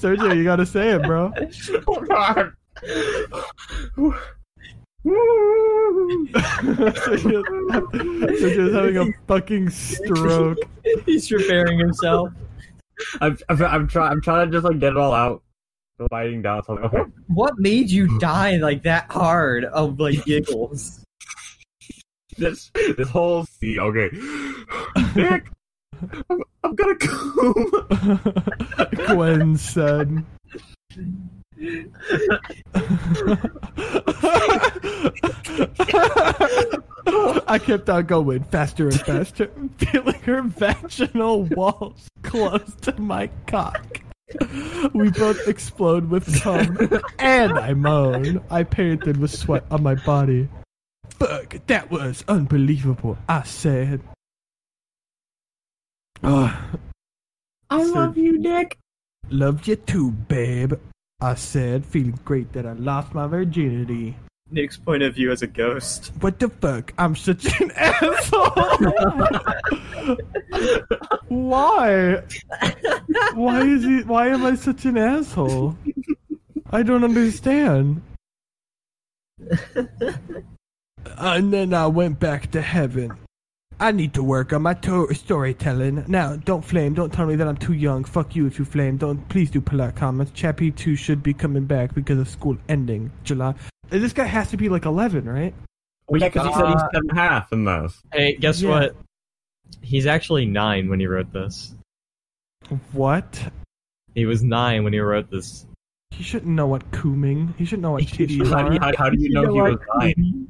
B: Sergio, you gotta say it, bro.
C: Hold on.
B: Sergio- Sergio's having a fucking stroke.
E: He's preparing himself.
C: I'm, I'm, I'm trying. I'm trying to just like get it all out. Still biting down. So okay.
E: What made you die like that hard of like giggles?
C: This this whole scene. Okay. Nick, I'm, I'm gonna come.
B: Gwen said. I kept on going faster and faster, feeling her vaginal walls close to my cock. We both explode with cum, and I moan. I panted with sweat on my body. Fuck, work. That was unbelievable. I said. Ah,
C: I
B: love
C: you, Nick.
B: love you too, babe. I said, feeling great that I lost my virginity.
D: Nick's point of view as a ghost.
B: What the fuck? I'm such an asshole. why? Why is he? Why am I such an asshole? I don't understand. and then I went back to heaven. I need to work on my to- storytelling. Now, don't flame. Don't tell me that I'm too young. Fuck you if you flame. Don't. Please do polite comments. Chappie 2 should be coming back because of school ending July. This guy has to be like 11, right?
C: Well, yeah, because he said he's
B: Ah.
C: seven and a half in this.
D: Hey, guess
B: Yeah.
D: what? He's actually nine when he wrote this.
B: What?
D: He was nine when he wrote this.
B: He shouldn't know what cooming. He shouldn't know what titties
C: How do you,
B: are.
C: how, how do you know he was nine?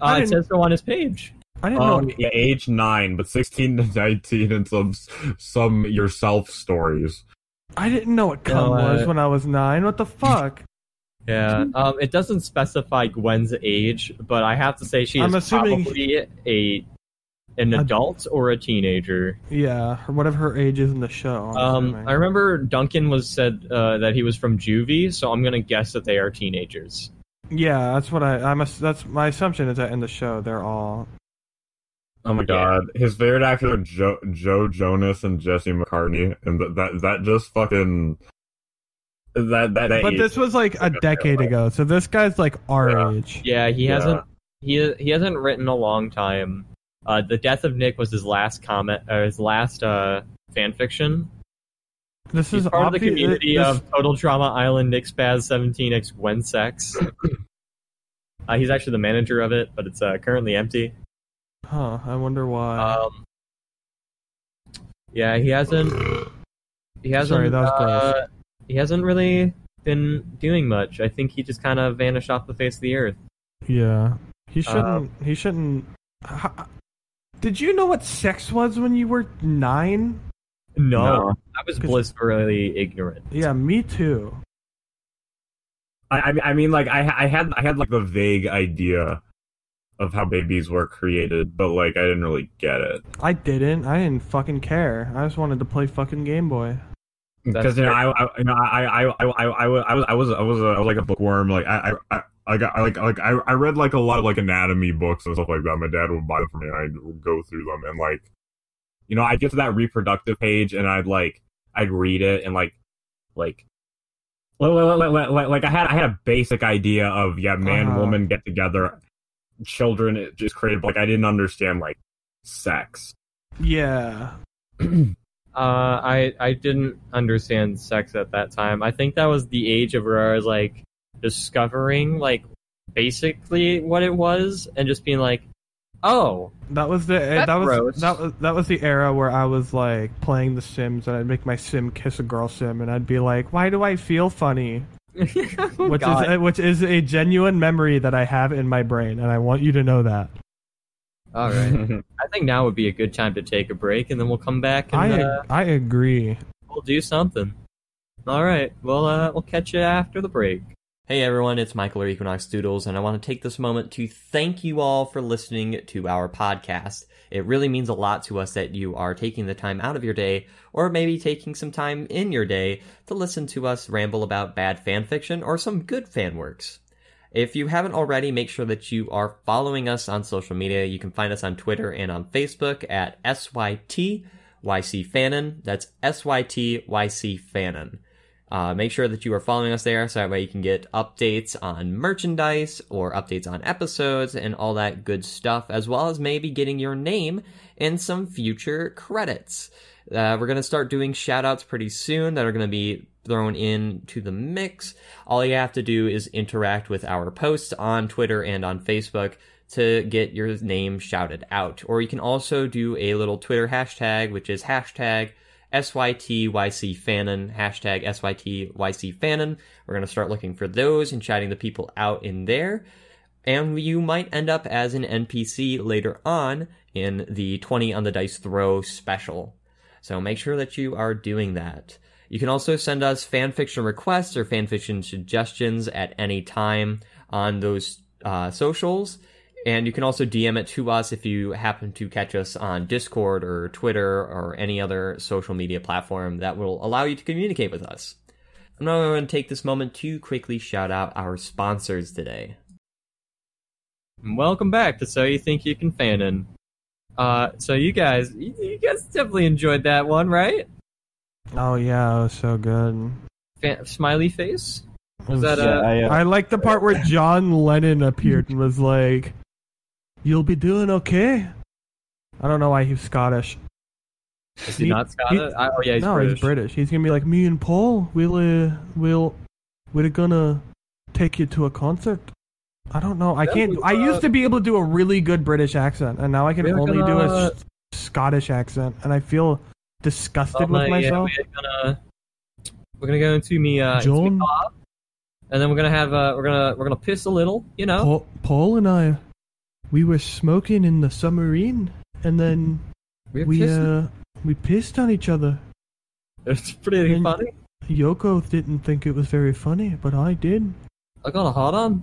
D: Uh,
B: I
D: it
B: didn't-
D: says so on his page.
B: I didn't know.
C: Um,
B: What,
C: yeah, age nine, but sixteen to nineteen, and some some yourself stories.
B: I didn't know what
D: No,
B: cum was
D: uh,
B: when I was nine. What the fuck?
D: Yeah. Um, it doesn't specify Gwen's age, but I have to say she
B: I'm
D: is
B: assuming-
D: probably a an
B: A-
D: adult or a teenager.
B: yeah, or whatever her age is in the show. I'm
D: Um,
B: assuming.
D: I remember Duncan was said uh, that he was from juvie, so I'm gonna guess that they are teenagers.
B: yeah, that's what I. I'm. ass- that's my assumption is that in the show they're all.
C: Oh my god, his favorite actors are Joe, Joe Jonas and Jesse McCartney, and that that, that just fucking that that. that
B: But this was like a decade ago, so this guy's like our
C: Yeah.
B: age.
D: Yeah, he
C: Yeah.
D: hasn't he he hasn't written a long time. Uh, the death of Nick was his last comment, or his last uh, fan fiction.
B: This
D: He's
B: is
D: part of the
B: obvi-
D: community
B: this-
D: of Total Drama Island, Nick Spaz, 17x Wensex. uh, he's actually the manager of it, but it's uh, currently empty.
B: Huh. I wonder why.
D: Um, yeah, he hasn't. He hasn't.
B: Sorry, that was
D: uh, he hasn't really been doing much. I think he just kind of vanished off the face of the earth.
B: yeah.
D: uh,
B: He shouldn't. he shouldn't. ha- Did you know what sex was when you were nine?
D: No,
C: No.
D: I was
B: 'Cause-
D: blissfully ignorant.
B: Yeah, me too.
C: I, I mean- I mean, like I, I had, I had like the vague idea of how babies were created, but like I didn't really get it
B: I didn't. I didn't fucking care. I just wanted to play fucking Game Boy.
D: That's
C: because you know,
D: fair.
C: I, I, you know, I, I, I, I, I was, I was, I was, I was, a, I was like a bookworm. Like I, I, I, I got, I like, like I, I read like a lot of like anatomy books and stuff like that. My dad would buy them for me, and I'd go through them, and like, you know, I'd get to that reproductive page, and I'd like, I'd read it, and like, like. li- li- li- li- li- Like I had, I had a basic idea of yeah, man,
B: Uh-huh.
C: woman get together, children it just created. but, Like I didn't understand like sex.
B: Yeah.
D: Uh, I I didn't understand sex at that time. I think that was the age of where I was like discovering like basically what it was and just being like, oh,
B: That was the eh,
D: That's
B: that was
D: gross.
B: that was that was the era where I was like playing The Sims and I'd make my sim kiss a girl sim and I'd be like, why do I feel funny?
D: which
B: Which is a, which is a genuine memory that I have in my brain and I want you to know that.
D: all right. I think now would be a good time to take a break, and then we'll come back
B: I
D: and uh,
B: I agree.
D: we'll do something. All right. Well, uh, we'll catch you after the break.
A: Hey everyone, it's Michael or Equinox Doodles, and I want to take this moment to thank you all for listening to our podcast. It really means a lot to us that you are taking the time out of your day, or maybe taking some time in your day, to listen to us ramble about bad fanfiction or some good fan works. If you haven't already, make sure that you are following us on social media. You can find us on Twitter and on Facebook at SYTYC Fanon. That's SYTYC Fanon. Uh, make sure that you are following us there so that way you can get updates on merchandise or updates on episodes and all that good stuff, as well as maybe getting your name in some future credits. Uh, we're going to start doing shout outs pretty soon that are going to be thrown into the mix. All you have to do is interact with our posts on Twitter and on Facebook to get your name shouted out. Or you can also do a little Twitter hashtag, which is hashtag SYTYC Fanon, hashtag SYTYC Fanon. We're going to start looking for those and shouting the people out in there. And you might end up as an NPC later on in the 20 on the Dice Throw special. So make sure that you are doing that. You can also send us fanfiction requests or fanfiction suggestions at any time on those uh, socials. And you can also DM it to us if you happen to catch us on Discord or Twitter or any other social media platform that will allow you to communicate with us. I'm now going to take this moment to quickly shout out our sponsors today.
D: And Welcome back to So You Think You Can Fanon. Uh, so you guys, you, you guys definitely enjoyed that one, right?
B: Oh yeah, it was so good.
D: Fa- smiley face. Was
B: It
D: that
B: was-
D: a-
C: I, uh,
B: I like the part where John Lennon appeared and was like, "You'll be doing okay." I don't know why he's Scottish.
D: Is he
B: You-
D: not Scottish?
B: you-
D: I- oh yeah, he's
B: no,
D: British.
B: he's British. He's gonna be like, "Me and Paul, we'll, uh, we'll, we're gonna take you to a concert." I don't know. I
D: Yeah,
B: can't.
D: we,
B: I
D: uh,
B: used to be able to do a really good British accent, and now I can
D: we're
B: only do
D: gonna-
B: a s- Scottish accent, and I feel disgusted
D: Oh,
B: with
D: my- yeah,
B: myself.
D: we're gonna we're gonna go into me, uh, it's me
B: John?
D: Bob, and then we're gonna have uh, we're gonna we're gonna piss a little, you know.
B: Paul, Paul and I, we were smoking in the submarine, and then
D: We're
B: we
D: pissing.
B: uh, we pissed on each other.
D: it's pretty
B: and-
D: funny.
B: Yoko didn't think it was very funny, but I did.
D: I got a hot on.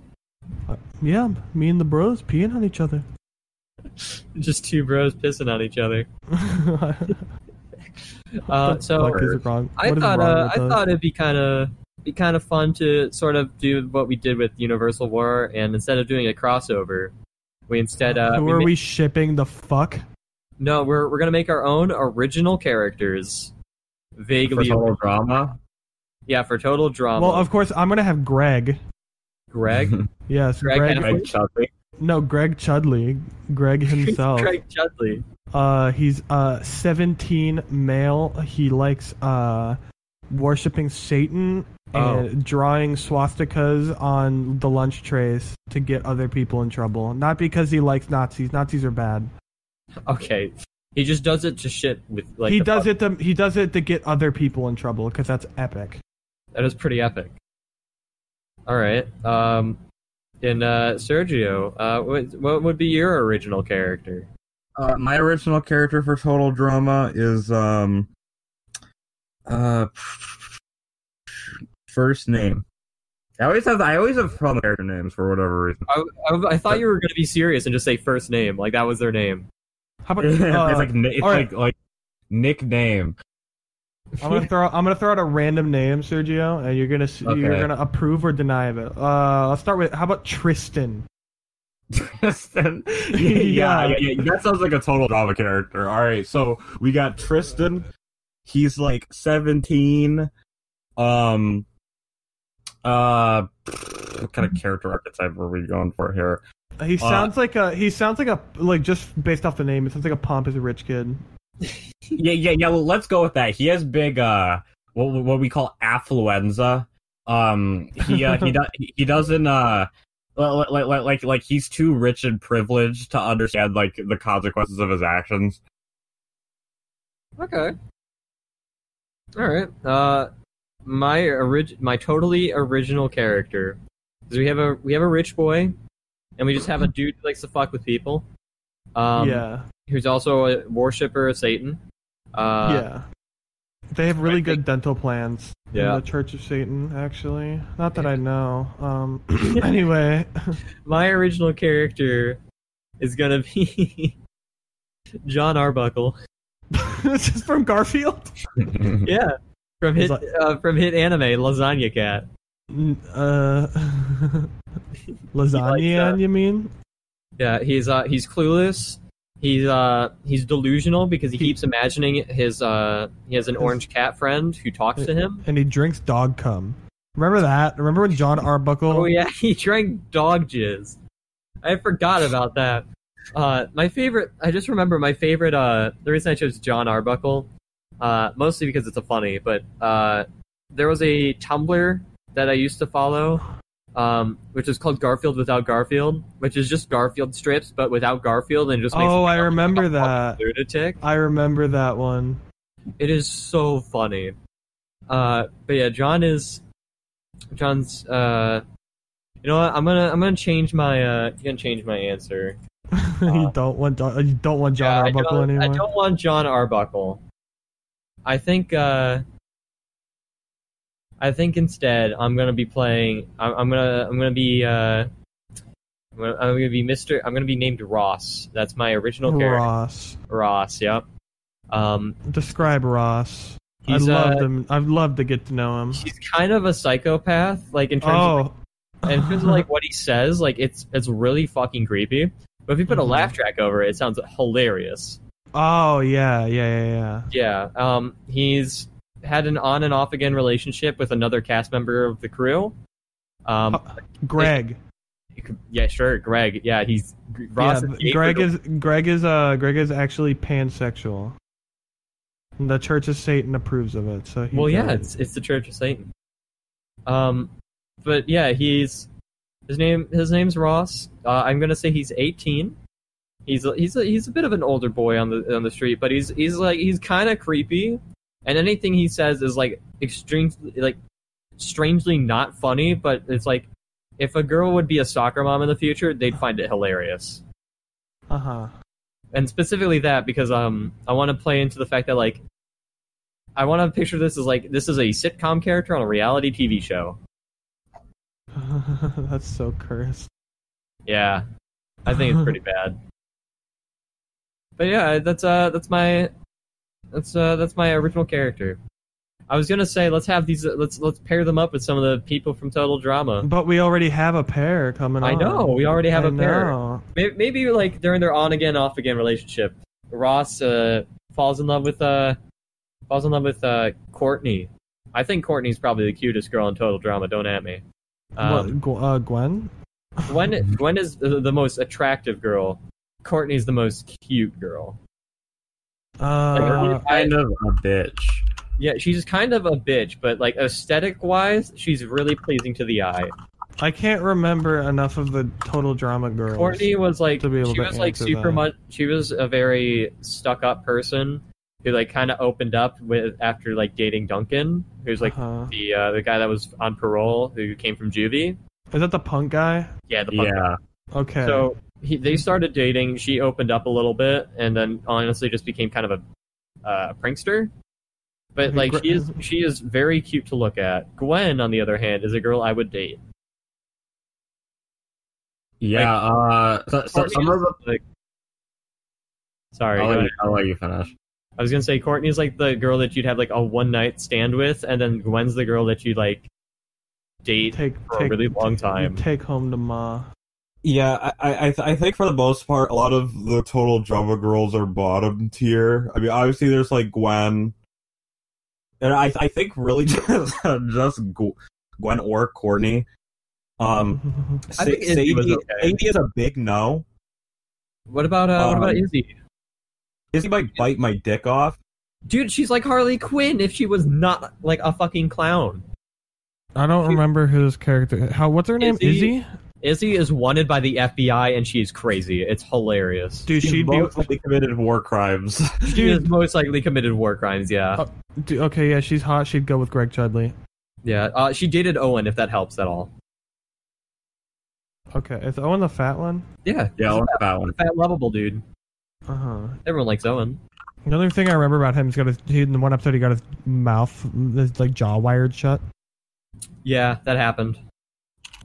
B: Yeah, me and the bros peeing on each other.
D: Just two bros pissing on each other.
B: What
D: Uh,
B: the
D: so
B: fuck is it wrong?
D: I
B: what is
D: thought
B: wrong
D: uh, I
B: with us?
D: thought it'd be kind of be kind of fun to sort of do what we did with Universal War, and instead of doing a crossover, we instead uh,
B: Who
D: we
B: are
D: ma-
B: we shipping the fuck?
D: no we're we're gonna make our own original characters,
C: for
D: vaguely
C: total drama.
D: yeah for total drama.
B: well, of course, I'm gonna have Greg.
D: Greg
B: Yes,
D: Greg
B: Greg.
D: Hemsworth?
C: Greg Chudley.
B: no, Greg Chudley. Greg himself.
D: Greg Chudley.
B: Uh, he's uh 17 male. He likes uh worshiping Satan
D: Oh.
B: and drawing swastikas on the lunch trays to get other people in trouble. Not because he likes Nazis. Nazis are bad.
D: Okay, he just does it to shit with like
B: he
D: the
B: does
D: pub-
B: it to he does it to get other people in trouble because that's epic.
D: That is pretty epic. All right, um, and uh, Sergio, uh, what what would be your original character?
C: Uh, my original character for total drama is um, uh, first name. I always have I always have problem with character names for whatever reason.
D: I, I, I thought you were going to be serious and just say first name, like that was their name.
B: How about
C: it's
B: uh,
C: like ni- it's
B: all right.
C: like like nickname.
B: I'm gonna throw I'm gonna throw out a random name, Sergio, and you're gonna s you're
C: Okay.
B: gonna approve or deny of it. Uh, I'll start with how about Tristan?
C: Tristan. yeah,
B: Yeah.
C: yeah. yeah, that sounds like a total drama character. All right, so we got Tristan. He's like seventeen. Um. Uh, what kind of character archetype are we going for here?
B: He
D: Uh,
B: sounds like a he sounds like a like just based off the name, it sounds like a pompous rich kid.
C: Yeah, yeah, yeah. Well, let's go with that. He has big, uh, what what we call affluenza. Um, he uh, he does he doesn't uh. Like, like, like, like, like, he's too rich and privileged to understand like the consequences of his actions.
D: Okay. All right. Uh, my orig- my totally original character is we have a we have a rich boy, and we just have a dude who likes to fuck with people. Um,
B: yeah,
D: Who's also a worshipper of Satan. Uh,
B: yeah. They have really
D: I
B: good dental plans
D: Yeah.
B: in the Church of Satan, actually. Not that I know. Um, anyway,
D: My original character is gonna be John Arbuckle.
B: this is from Garfield.
D: Yeah. From
B: He's
D: hit uh, from hit anime Lasagna Cat.
B: N- Uh, lasagna,
D: uh,
B: you mean?
D: Yeah, he's uh he's clueless. He's uh he's delusional because he,
B: He-
D: keeps imagining his uh he has an orange cat friend who talks to him.
B: and he drinks dog cum. Remember that? Remember when John Arbuckle?
D: Oh yeah, he drank dog jizz. I forgot about that. Uh my favorite I just remember my favorite uh the reason I chose John Arbuckle, uh mostly because it's a funny, but uh there was a Tumblr that I used to follow, um, which is called Garfield Without Garfield, which is just Garfield strips but without Garfield and it just makes
B: Oh, I
D: him sound like
B: remember
D: a
B: that.
D: lunatic.
B: I remember that one.
D: It is so funny. Uh, but yeah, John is John's. Uh, you know what? I'm gonna I'm gonna change my uh, I'm gonna change my answer.
B: you don't want dog, you don't want John
D: Uh, Yeah, I
B: Arbuckle
D: don't,
B: anymore.
D: I don't want John Arbuckle. I think. Uh, I think instead I'm gonna be playing. I'm, I'm gonna I'm gonna be. Uh, I'm I'm gonna be Mister. I'm gonna be named Ross. That's my original character.
B: Ross.
D: Ross. Yep. Um,
B: Describe Ross. I
D: he's
B: love
D: uh,
B: them. I'd love to get to know him.
D: he's kind of a psychopath. Like in terms of
B: Oh,
D: and in terms of like what he says, like it's it's really fucking creepy. But if you put a
B: Mhm.
D: laugh track over it, it sounds hilarious.
B: oh yeah, yeah, yeah, yeah.
D: Yeah. Um, he's had an on and off again relationship with another cast member of the crew. Um,
B: Uh. Greg.
D: you could- yeah, sure, Greg. Yeah, he's Ross.
B: yeah,
D: is gay
B: Greg
D: for the-
B: is Greg is uh Greg is actually pansexual. The Church of Satan approves of it, so he
D: well, yeah,
B: does
D: it's it's the Church of Satan. Um, but yeah, he's his name his name's Ross. Uh, I'm gonna say he's 18. He's a, he's a, he's a bit of an older boy on the on the street, but he's he's like he's kind of creepy, and anything he says is like extreme like strangely not funny, but it's like if a girl would be a soccer mom in the future, they'd find it hilarious
B: it. uh-huh.
D: and specifically that because um I want to play into the fact that like I want to picture this as like this is a sitcom character on a reality TV show.
B: That's so cursed.
D: Yeah, I think it's pretty bad. But yeah, that's uh that's my that's uh that's my original character. I was gonna say let's have these let's let's pair them up with some of the people from Total Drama.
B: But we already have a pair coming
D: I
B: on.
D: know we already have
B: I
D: a pair.
B: know.
D: Maybe, maybe like during their on again off again relationship, Ross uh, falls in love with uh falls in love with uh Courtney. I think Courtney's probably the cutest girl in total drama. Don't at me.
B: what,
D: Um,
B: Gw- uh, Gwen?
D: Gwen Gwen is the, the most attractive girl. Courtney's the most cute girl.
B: Uh,
D: Like,
C: kind of a bitch.
D: Yeah, she's kind of a bitch, but like aesthetic wise, she's really pleasing to the eye.
B: I can't remember enough of the total drama girls.
D: Courtney was like
B: To be able
D: she
B: to
D: was like
B: answer
D: super
B: that.
D: much. She was a very stuck up person who like kind of opened up with after like dating Duncan, who's like
B: Uh-huh.
D: the uh, the guy that was on parole who came from juvie.
B: Is that the punk guy?
D: Yeah, the punk guy.
C: Yeah,
B: Okay.
D: So he, they started dating. She opened up a little bit, and then honestly just became kind of a uh, prankster. But
B: Okay,
D: like
B: Gre-
D: she is she is very cute to look at. Gwen, on the other hand, is a girl I would date.
C: yeah. Uh, so, so, some of the.
D: Like- sorry,
C: I'll
D: go
C: let,
D: ahead.
C: you, I'll let you finish.
D: I was gonna say Courtney's like the girl that you'd have like a one night stand with, and then Gwen's the girl that you like date
B: take
D: for
B: take
D: a really long time.
B: Take home to ma.
F: Yeah, I I, I th- I think for the most part, a lot of the total drama girls are bottom tier. I mean, obviously there's like Gwen, and I I think really just just Gw- Gwen or Courtney. Um,
D: I think
F: Sa-
D: Izzy was
F: Sadie,
D: okay.
F: Sadie is a big no.
D: What about uh, what about
F: Um,
D: Izzy?
F: Izzy might bite my dick off.
D: Dude, she's like Harley Quinn if she was not like a fucking clown.
B: I don't remember his character. How? What's her name?
D: Izzy?
B: Izzy?
D: Izzy is wanted by the FBI and she's crazy. It's hilarious.
B: Dude,
F: She's
B: she'd be.
F: most likely committed war crimes.
D: she
B: dude.
D: has most likely committed war crimes. Yeah,
B: Oh. Dude, okay, yeah, she's hot. She'd go with Greg Chudley.
D: yeah. Uh, she dated Owen, if that helps at all.
B: Okay, is Owen the fat one?
D: Yeah,
C: Yeah, I'll that one.
D: fat lovable dude.
B: Uh huh.
D: Everyone likes Owen.
B: The only thing I remember about him is got his he, in the one episode he got his mouth his, like jaw wired shut.
D: Yeah, that happened.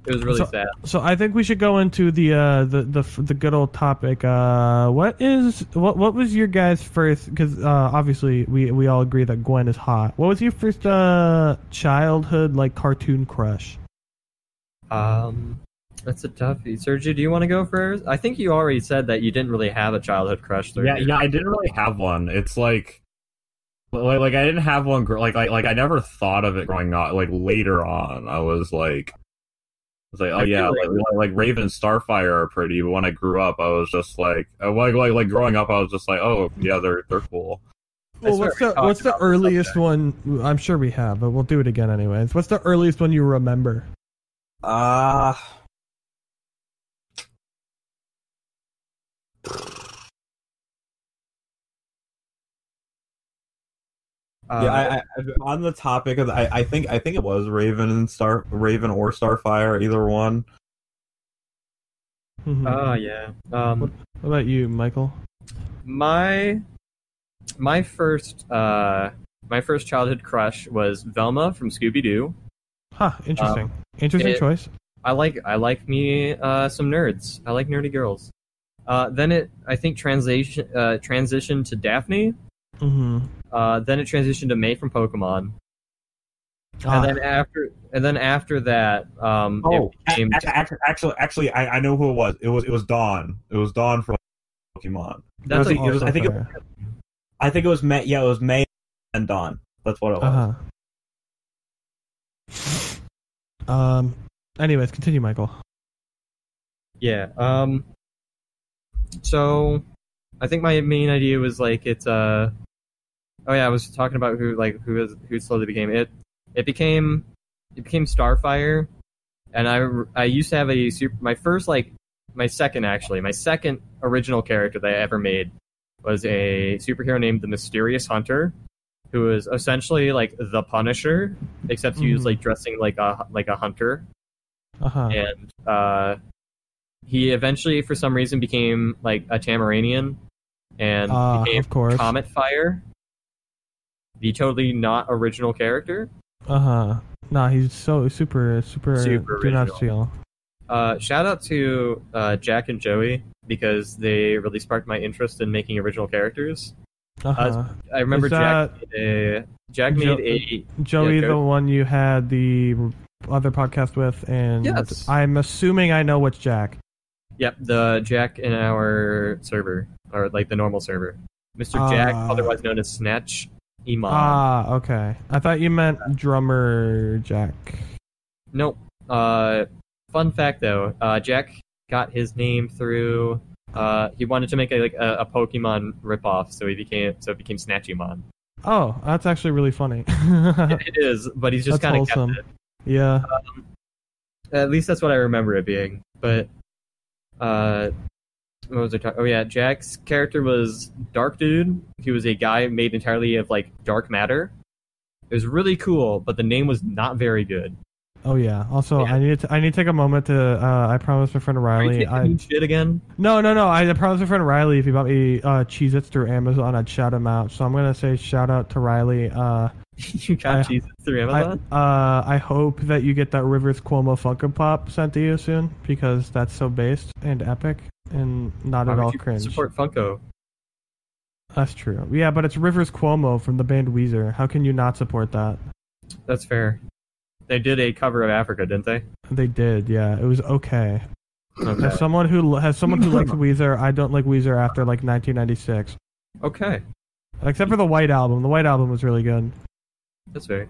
D: It was really
B: So-
D: sad.
B: So I think we should go into the uh the the, f- the good old topic. Uh, what is what what was your guys first? Because uh, obviously we we all agree that Gwen is hot. What was your first uh childhood like cartoon crush?
D: Um, that's a toughie. Sergio, do you want to go first? I think you already said that you didn't really have a childhood crush.
C: Yeah,
D: Sergio.
C: yeah. I didn't really have one. It's like, like, like I didn't have one. gr- Like, like, like I never thought of it growing up. Like later on, I was like, I was like, oh
D: I feel
C: yeah,
D: like-
C: like, like, like Raven and Starfire are pretty. But when I grew up, I was just like, uh, like, like, like growing up, I was just like, oh yeah, they're they're cool.
D: I
B: Well,
D: swear
B: what's
D: we
B: the
D: talked
B: what's the
D: about this
B: earliest one? I'm sure we have, but we'll do it again anyways. What's the earliest one you remember?
F: Ah.
D: Uh,
F: yeah, I, I, on the topic of, I, I think I think it was Raven and Star Raven or Starfire, either one.
B: Mhm.
D: Oh yeah. Um,
B: what about you, Michael?
D: my my first uh my first childhood crush was Velma from Scooby Doo.
B: Huh, interesting. interesting
D: it-
B: choice.
D: I like I like me uh, some nerds. I like nerdy girls. Uh, then it I think translation uh, transitioned to Daphne.
B: Mm-hmm.
D: Uh, then it transitioned to May from Pokemon. And then after and then after that, um,
F: Ah. Oh,
D: it became
F: actually, actually, actually, actually I, I know who it was. It was it was Dawn. It was Dawn from Pokemon.
D: that's
F: I
D: a,
F: think it was- I think it- I think it was May. Yeah, it was May and Dawn. That's what it was.
C: Uh-huh.
B: Uh huh. Um. Anyways, continue, Michael.
D: yeah. Um, so I think my main idea was like it's uh oh yeah I was talking about who like who is who slowly became it it became it became Starfire, and I I used to have a super my first like my second actually my second original character that I ever made was a superhero named the Mysterious Hunter, who was essentially like the Punisher except he was
B: Mhm.
D: like dressing like a like a hunter
B: Uh huh.
D: and uh, he eventually, for some reason, became like a Tamaranian and
B: Ah,
D: became
B: of course.
D: Comet Fire, the totally not original character.
B: Uh huh. Nah, he's so super, super.
D: Super
B: do not
D: original.
B: steal.
D: Uh, shout out to uh, Jack and Joey because they really sparked my interest in making original characters.
B: Uh-huh.
D: I remember
B: Is
D: Jack made a, Jack
B: Jo-
D: made a
B: Joey,
D: yeah,
B: the
D: go-
B: one you had the other podcast with, and
D: Yes.
B: I'm assuming I know which Jack.
D: yep the Jack in our server or like the normal server, Mr. Jack,
B: Ah.
D: otherwise known as Snatch Iman.
B: Ah, okay. I thought you meant drummer Jack.
D: Nope. Uh, fun fact though, uh, Jack got his name through. Uh, he wanted to make a, like a, a Pokemon ripoff, so he became so it became Snatchymon.
B: Oh, that's actually really funny.
D: It is, but he's just
B: That's
D: kind of kept
B: wholesome.
D: it.
B: yeah.
D: At least that's what I remember it being. But uh, what was I talking? Oh yeah, Jack's character was Dark Dude. He was a guy made entirely of like dark matter. It was really cool, but the name was not very good.
B: Oh yeah. Also, I need to I need to take a moment to. Uh, I promised my friend
D: Are you
B: Riley.
D: taking
B: I
D: shit again?
B: no no no. I promised my friend Riley if he bought me uh, Cheez-Its through Amazon, I'd shout him out. So I'm gonna say shout out to Riley. Uh,
D: you
B: I-
D: got Jesus through
B: I,
D: Amazon?
B: uh, I hope that you get that Rivers Cuomo Funko Pop sent to you soon because that's so based and epic and not
D: Why
B: at
D: would
B: all
D: you
B: cringe.
D: Support Funko.
B: That's true. Yeah, but it's Rivers Cuomo from the band Weezer. How can you not support that?
D: That's fair. They did a cover of Africa, didn't they?
B: They did. Yeah, it was okay. As
D: Okay.
B: someone who has someone who likes Weezer, I don't like Weezer after like 1996,
D: okay.
B: except for the White Album. The White Album was really good.
D: That's fair.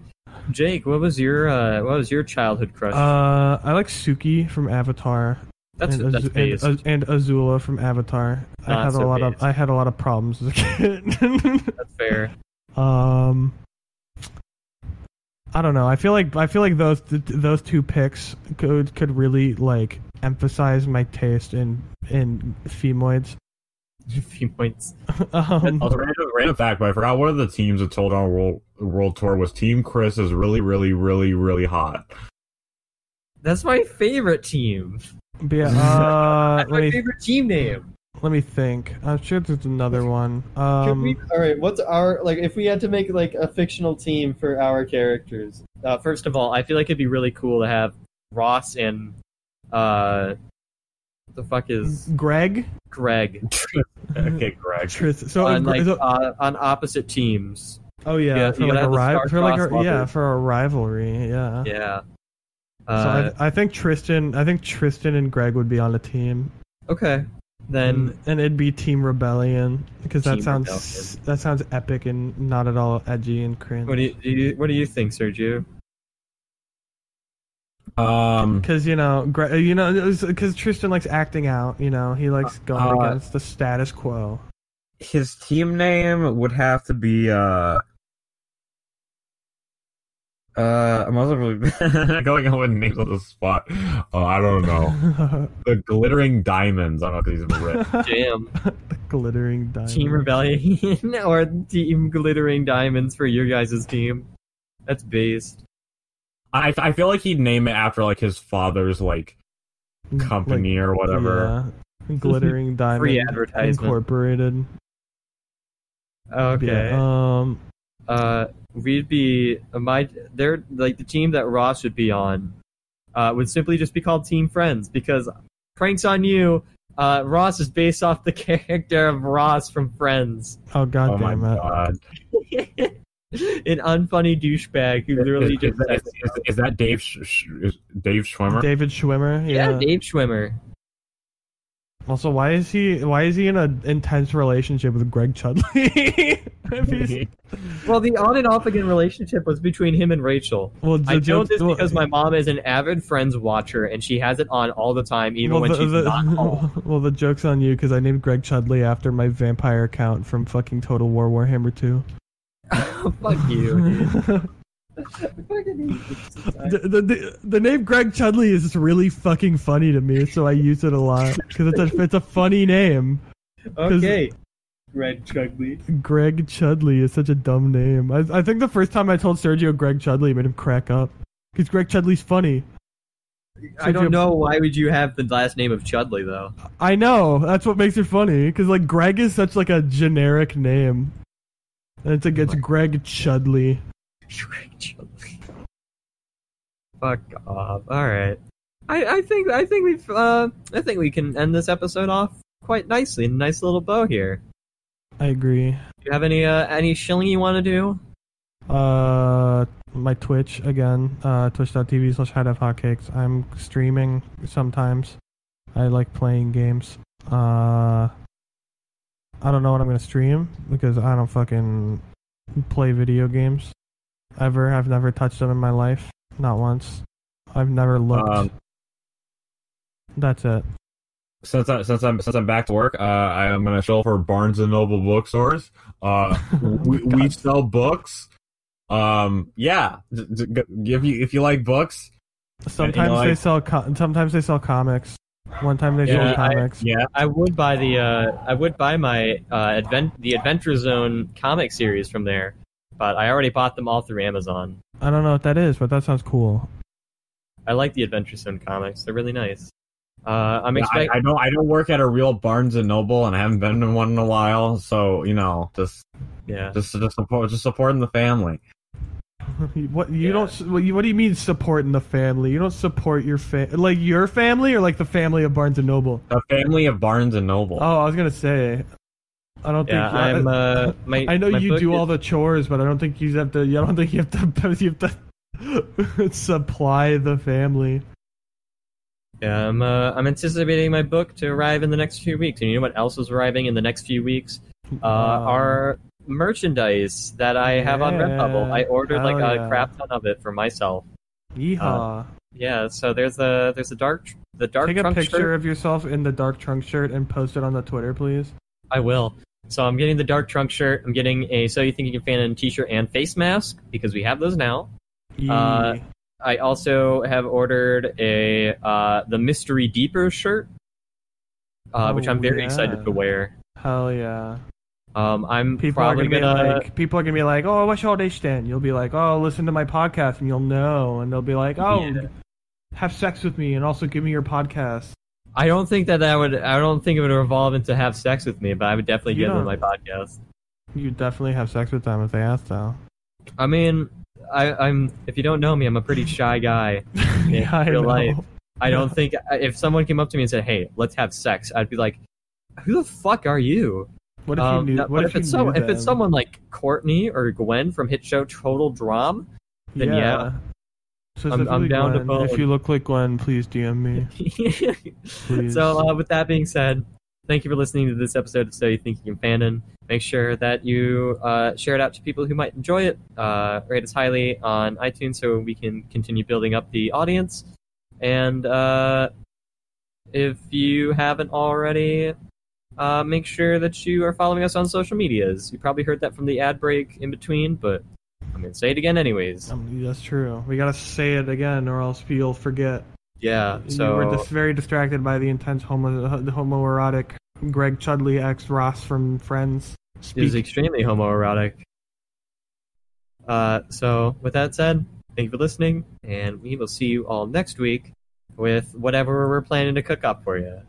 D: Jake, what was your uh, what was your childhood crush?
B: Uh, I like Suki from Avatar.
D: that's
B: and, uh,
D: that's
B: Azu-
D: based.
B: and, and Azula from Avatar. I
D: Not
B: had a
D: so
B: lot of
D: based.
B: I had a lot of problems as a kid.
D: that's fair.
B: um, I don't know. I feel like I feel like those th- those two picks could could really like emphasize my taste in in femoids.
D: a few points.
B: um,
F: Also, random, random fact, but I forgot one of the teams that told on World World Tour was Team Chris is really, really, really, really hot.
D: That's my favorite team.
B: but yeah, uh,
D: That's
B: let
D: my
B: me
D: favorite team name.
B: let me think. I'm sure there's another one.
D: Could
B: Um,
D: we- all right, what's our like? If we had to make like a fictional team for our characters, uh, first of all, I feel like it'd be really cool to have Ross and uh, what the fuck
B: Mm-hmm.
D: is
B: Greg.
D: Greg
F: okay, Greg.
B: Tris- So,
D: on like
B: so-
D: uh, on opposite teams.
B: oh yeah,
D: yeah,
B: for
D: you
B: like a
D: gotta have the
B: ri- for like a,
D: star-crossed
B: yeah
D: lovers.
B: for a rivalry. Yeah.
D: Yeah.
B: So
D: Uh,
B: I, I think Tristan, I think Tristan and Greg would be on a team,
D: Uh, okay. Then
B: and it'd be Team Rebellion because that
D: Team
B: sounds
D: Rebellion.
B: that sounds epic and not at all edgy and
D: what
B: cringe.
D: do you, do you what do you think, Sergio?
F: Um,
B: Because you know, Gre- uh, you know, because Tristan likes acting out. You know, he likes going
C: uh,
B: against the status quo.
C: his team name would have to be uh uh I'm also really
F: going on with names on the spot. Oh, I don't know.
D: oh.
F: The glittering diamonds. I don't know because he's ripped.
D: Damn,
B: Glittering diamond.
D: Team Rebellion or Team Glittering Diamonds for your guys' team? That's based.
F: I I feel like he'd name it after like his father's like
B: Like,
F: company or whatever.
B: yeah. Glittering diamond.
D: Free advertisement. Oh,
B: Incorporated.
D: Okay.
B: Yeah, um.
D: uh, we'd be my they're like the team that Ross would be on. uh, would simply just be called Team Friends because Pranks on You, uh, Ross is based off the character of Ross from Friends,
B: Oh god
F: oh my
B: damn it!
F: god!
D: an unfunny douchebag who literally
F: Is,
D: just
F: that, is, is- is that Dave Sh- Sh- is Dave Schwimmer?
B: David Schwimmer.
D: yeah,
B: Yeah.
D: Dave Schwimmer.
B: Also, why is he why is he in an intense relationship with Greg Chudley? If he's-
D: Well, the on and off again relationship was between him and Rachel.
B: well,
D: I
B: the-
D: know
B: the-
D: this because my mom is an avid Friends watcher, and she has it on all the time, even
B: well,
D: when
B: the,
D: she's
B: the-
D: not home.
B: well, the joke's on you because I named Greg Chudley after my vampire account from fucking Total War Warhammer 2.
D: Fuck you.
B: the,
D: dude. Fucking hate you.
B: the, the, the name Greg Chudley is just really fucking funny to me, so I use it a lot because it's a, it's a funny name.
D: okay, Greg Chudley.
B: Greg Chudley is such a dumb name. I, I think the first time I told Sergio Greg Chudley it made him crack up because Greg Chudley's funny.
D: I don't know why would you have the last name of Chudley though.
B: I know. That's what makes it funny because like Greg is such like a generic name. And it's like it's Greg Chudley.
D: Greg Chudley. Fuck off. All right. I, I think I think we've uh, I think we can end this episode off quite nicely. A nice little bow here.
B: I agree.
D: Do you have any uh, any shilling you want to do?
B: Uh, my Twitch again. Uh, twitch.tv slash hide hotcakes. I'm streaming sometimes. I like playing games. Uh, I don't know what I'm gonna stream because I don't fucking play video games ever. I've never touched them in my life. Not once. I've never looked.
F: Um,
B: That's it.
F: since I since I'm since I'm back to work, uh, I am gonna show for Barnes and Noble bookstores. Uh, we, we sell books. Um, yeah, d- d- g- if you if you like books,
B: Sometimes
F: know,
B: they
F: I-
B: sell. Co- sometimes they sell comics. One time they
D: Yeah,
B: sold
D: I-
B: comics.
F: yeah,
D: I would buy the uh, I would buy my uh, advent the Adventure Zone comic series from there, but I already bought them all through Amazon.
B: I don't know what that is, but that sounds cool.
D: I like the Adventure Zone comics; they're really nice. Uh, I'm
F: I,
D: expecting.
F: I don't I don't work at a real Barnes and Noble, and I haven't been to one in a while. So you know, just
D: Yeah.
F: just just support just supporting the family.
B: What you
D: Yeah.
B: don't? s- What, you, what do you mean supporting the family? You don't support your fa- like your family or like the family of Barnes and Noble.
F: The family of Barnes and Noble.
B: Oh, I was gonna say. I don't
D: Yeah,
B: think.
D: I'm.
B: I,
D: Uh, my,
B: I know
D: my
B: you
D: book
B: do
D: is-
B: all the chores, but I don't think you have to. I don't think you have to. You have to supply the family.
D: Yeah, I'm, uh, I'm anticipating my book to arrive in the next few weeks. And you know what else is arriving in the next few weeks? Uh,
B: Um,
D: our merchandise that I have on
B: yeah.
D: Redbubble. I ordered like
B: Hell
D: a
B: yeah.
D: crap ton of it for myself.
B: Yeehaw!
D: Yeah, so there's a there's a dark the dark
B: Uh, Take a
D: trunk
B: picture
D: shirt.
B: of yourself in the dark trunk shirt and post it on the Twitter, please.
D: I will. So I'm getting the dark trunk shirt. I'm getting a so you think you can fan in t-shirt and face mask because we have those now. Uh,
B: Yee.
D: I also have ordered a uh, the mystery deeper shirt, uh, which
B: Oh,
D: I'm very
B: yeah.
D: excited to wear.
B: Hell yeah!
D: Um, I'm
B: People are
D: probably
B: gonna be
D: gonna
B: like, people are gonna be like, oh, I watch all day stand. You'll be like, oh, listen to my podcast, and you'll know. And they'll be like, oh,
D: Yeah.
B: have sex with me, and also give me your podcast.
D: I don't think that that would. I don't think it would evolve into have sex with me, but I would definitely
B: You
D: give them my
B: don't-
D: podcast.
B: You definitely have sex with them if they ask, though.
D: I mean, I, I'm. If you don't know me, I'm a pretty shy guy.
B: yeah, I
D: real
B: know.
D: life. I don't think if someone came up to me and said, "Hey, let's have sex," I'd be like, "Who the fuck are you?"
B: What if
D: Um,
B: you knew?
D: no,
B: What
D: but
B: if,
D: if it's
B: you knew
D: someone, if it's
B: them?
D: someone like Courtney or Gwen from hit show Total Drum, then yeah.
B: So
D: I'm- I'm
B: specifically
D: down to
B: Gwen.
D: vote.
B: If you look like Gwen, please DM me. Please.
D: so uh, with that being said, thank you for listening to this episode of So You Think You Can Fanon. Make sure that you uh, share it out to people who might enjoy it. Uh, rate us highly on iTunes so we can continue building up the audience. And uh, if you haven't already, uh, make sure that you are following us on social medias. You probably heard that from the ad break in between, but I'm going to say it again anyways.
B: Um, that's true. We gotta say it again, or else you'll forget.
D: Yeah,
B: you
D: so...
B: were dis- very distracted by the intense homo- the homoerotic Greg Chudley ex Ross from Friends.
D: It was
B: Speak.
D: extremely homoerotic. Uh, so, with that said, thank you for listening, and we will see you all next week with whatever we're planning to cook up for you.